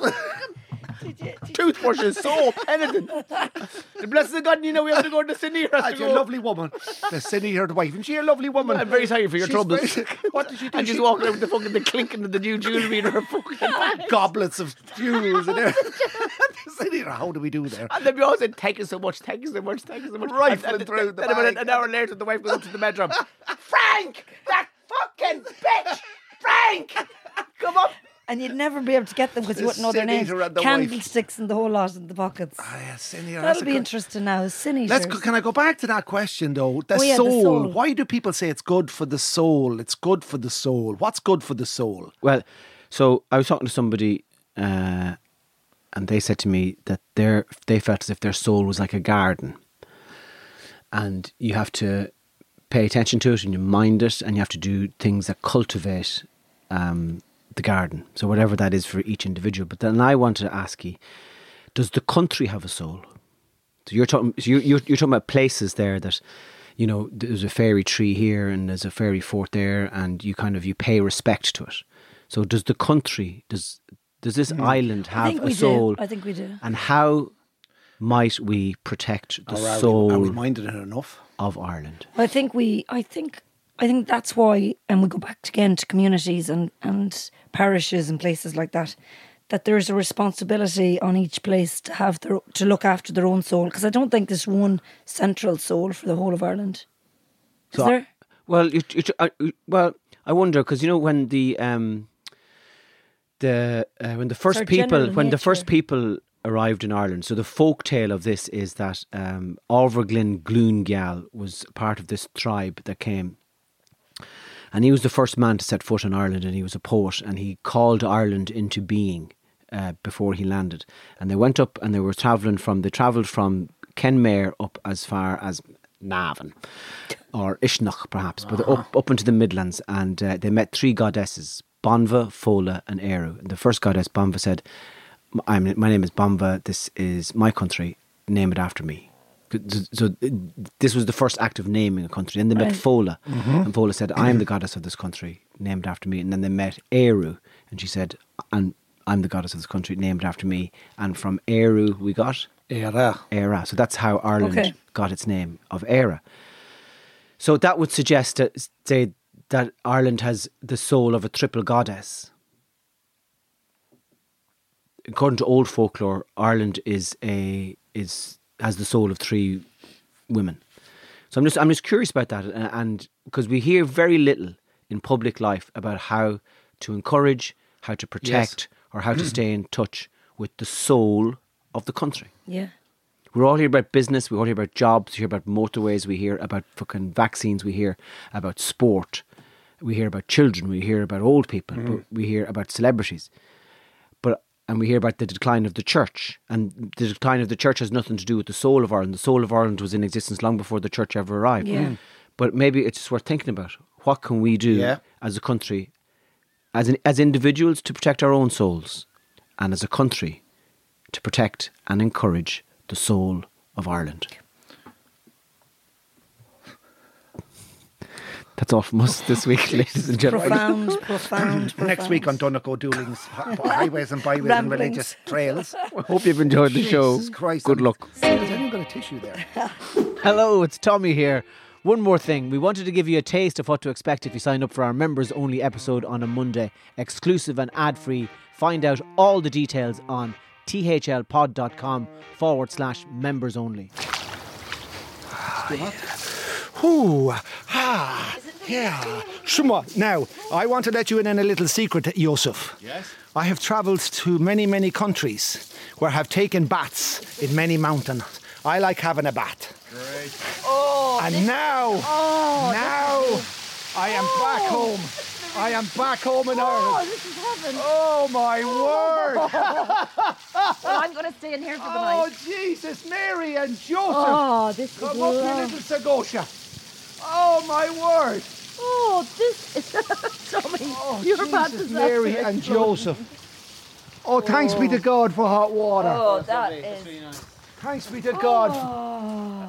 Speaker 2: Toothbrushes, soap, anything. The blessing of Gandhi. Now we have to go to the sin here.
Speaker 3: And your lovely woman, the Sin Eater's wife. Isn't she a lovely woman?
Speaker 2: I'm very sorry for your
Speaker 3: She's
Speaker 2: troubles.
Speaker 3: very- what did she do?
Speaker 2: And she's
Speaker 3: She-
Speaker 2: walking out with the fucking the clinking of the new jewellery in her fucking.
Speaker 3: Goblets of jewels and everything. The Sin Eater, how do we do there?
Speaker 2: And they'd be all saying, Thank you so much, thank you so much, thank you so much.
Speaker 3: Rifling
Speaker 2: And- and-
Speaker 3: through the
Speaker 2: Then about
Speaker 3: bag.
Speaker 2: an hour later, the wife goes up to the bedroom. Frank! That fucking bitch! Frank! Come up!
Speaker 4: And you'd never be able to get them because you wouldn't
Speaker 3: The
Speaker 4: know their
Speaker 3: Sin
Speaker 4: names.
Speaker 3: Eater and the wife.
Speaker 4: Candlesticks and the whole lot in the pockets.
Speaker 3: Ah, yeah, Sin Eater, that's
Speaker 4: That'll
Speaker 3: a
Speaker 4: be
Speaker 3: good-
Speaker 4: interesting now. Sin
Speaker 3: Let's
Speaker 4: eaters.
Speaker 3: go, can I go back to that question though? The,
Speaker 4: Oh, yeah, the
Speaker 3: soul.
Speaker 4: soul.
Speaker 3: Why do people say it's good for the soul? It's good for the soul. What's good for the soul?
Speaker 2: Well, so I was talking to somebody, uh, and they said to me that their they felt as if their soul was like a garden, and you have to pay attention to it, and you mind it, and you have to do things that cultivate um, the garden. So whatever that is for each individual. But then I want to ask you: Does the country have a soul? So you're talking so you're, you're, you're talking about places there that you know there's a fairy tree here and there's a fairy fort there and you kind of you pay respect to it. So does the country does does this
Speaker 3: Mm-hmm.
Speaker 2: island have
Speaker 4: think
Speaker 2: a
Speaker 4: we do.
Speaker 2: soul?
Speaker 4: I think we do.
Speaker 2: And how might we protect the
Speaker 3: Or are we-
Speaker 2: soul
Speaker 3: are we minded it enough?
Speaker 2: of Ireland?
Speaker 4: I think we. I think. I think that's why, and we go back again to communities and and parishes and places like that. That there is a responsibility on each place to have their to look after their own soul because I don't think there's one central soul for the whole of Ireland. Is
Speaker 2: So I-
Speaker 4: there?
Speaker 2: Well, you, you, I, well, I wonder because you know when the um, the uh, when the first
Speaker 4: our
Speaker 2: people
Speaker 4: general
Speaker 2: when the first
Speaker 4: nature.
Speaker 2: people arrived in Ireland. So the folk tale of this is that um, Orverglin Gloongial was part of this tribe that came. And he was the first man to set foot in Ireland, and he was a poet, and he called Ireland into being uh, before he landed. And they went up, and they were travelling from they travelled from Kenmare up as far as Navan or Ishnach, perhaps, but up up into the Midlands, and uh, they met three goddesses: Bonva, Fola, and Eru. And the first goddess, Bonva, said, I'm, "My name is Bonva. This is my country. Name it after me." So uh, this was the first act of naming a country. Then they met Fola, and Fola said, "I am the goddess of this country, named after me." And then they met Eru, and she said, "And I'm the goddess of this country, named after me." And from Eru, we got
Speaker 3: Era.
Speaker 2: Era. So that's how Ireland
Speaker 4: Okay.
Speaker 2: got its name of Era. So that would suggest that say that Ireland has the soul of a triple goddess. According to old folklore, Ireland is a is has the soul of three women. So I'm just I'm just curious about that, and- and because we hear very little in public life about how to encourage, how to protect, or how to stay in touch with the soul of the country.
Speaker 4: Yeah.
Speaker 2: We're all here about business. We all hear about jobs. We hear about motorways. We hear about fucking vaccines. We hear about sport. We hear about children. We hear about old people. but We hear about celebrities. But and we hear about the decline of the church. And the decline of the church has nothing to do with the soul of Ireland. The soul of Ireland was in existence long before the church ever arrived.
Speaker 4: Yeah. Mm.
Speaker 2: But maybe it's just worth thinking about. What can we do
Speaker 3: Yeah.
Speaker 2: as a country, as in, as individuals, to protect our own souls, and as a country to protect and encourage the soul of Ireland. That's all from us this week, ladies and gentlemen.
Speaker 4: Profound, profound, profound.
Speaker 3: Next week on Donegal Doolings, hi- highways and byways and
Speaker 4: Ramblings.
Speaker 3: religious trails.
Speaker 2: Hope you've enjoyed the show.
Speaker 3: Jesus Christ.
Speaker 2: Good
Speaker 3: I'm-
Speaker 2: luck.
Speaker 3: Has anyone got a tissue there?
Speaker 2: Hello, it's Tommy here. One more thing, we wanted to give you a taste of what to expect if you sign up for our members only episode on a Monday, exclusive and ad free. Find out all the details on thlpod.com forward slash members only.
Speaker 3: Ooh, ah, yeah. Shuma, now, I want to let you in on a little secret, Yosef. Yes? I have travelled to many, many countries where I have taken baths in many mountains. I like having a bath. Great. Oh, and now,
Speaker 8: Oh,
Speaker 3: now, I am back home. I am back home in Ireland.
Speaker 8: Oh, this is heaven.
Speaker 3: Oh, my word.
Speaker 8: Well, I'm going to stay in here for the
Speaker 3: Oh,
Speaker 8: night.
Speaker 3: Jesus, Mary and Joseph.
Speaker 8: Oh, this is
Speaker 3: Come up here,
Speaker 8: love.
Speaker 3: little Sagosha. Oh, my word.
Speaker 8: Oh, this is Tommy.
Speaker 3: Oh,
Speaker 8: you're
Speaker 3: Jesus,
Speaker 8: about to
Speaker 3: Mary and Joseph. Oh, thanks be to God for hot water.
Speaker 8: Oh, that is. Oh.
Speaker 3: Thanks be to God.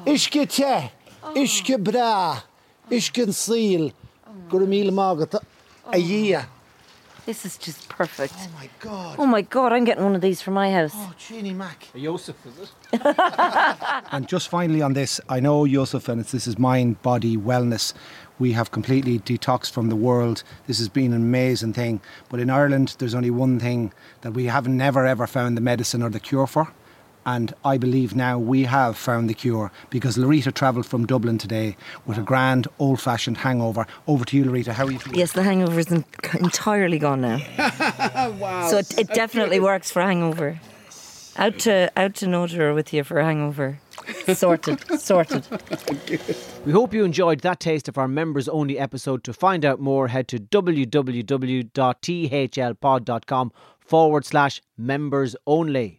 Speaker 3: Ishke te, ishke bra, ishke seal, gurmil magat,
Speaker 8: Oh.
Speaker 3: a year.
Speaker 8: This is just perfect.
Speaker 3: Oh my God.
Speaker 8: Oh my God, I'm getting one of these for my house.
Speaker 3: Oh, Chini Mac.
Speaker 2: Joseph, is it?
Speaker 3: And just finally on this, I know Yosef, and it's, this is mind body wellness. We have completely detoxed from the world. This has been an amazing thing. But in Ireland, there's only one thing that we have never ever found the medicine or the cure for. And I believe now we have found the cure because Larita travelled from Dublin today with a grand old fashioned hangover. Over to you, Larita. How are you feeling?
Speaker 4: Yes, the hangover is en- entirely gone now. wow. So it, it definitely works for a hangover. Out to out to Nodra with you for a hangover. Sorted, sorted.
Speaker 2: We hope you enjoyed that taste of our members only episode. To find out more, head to www.thlpod.com forward slash members only.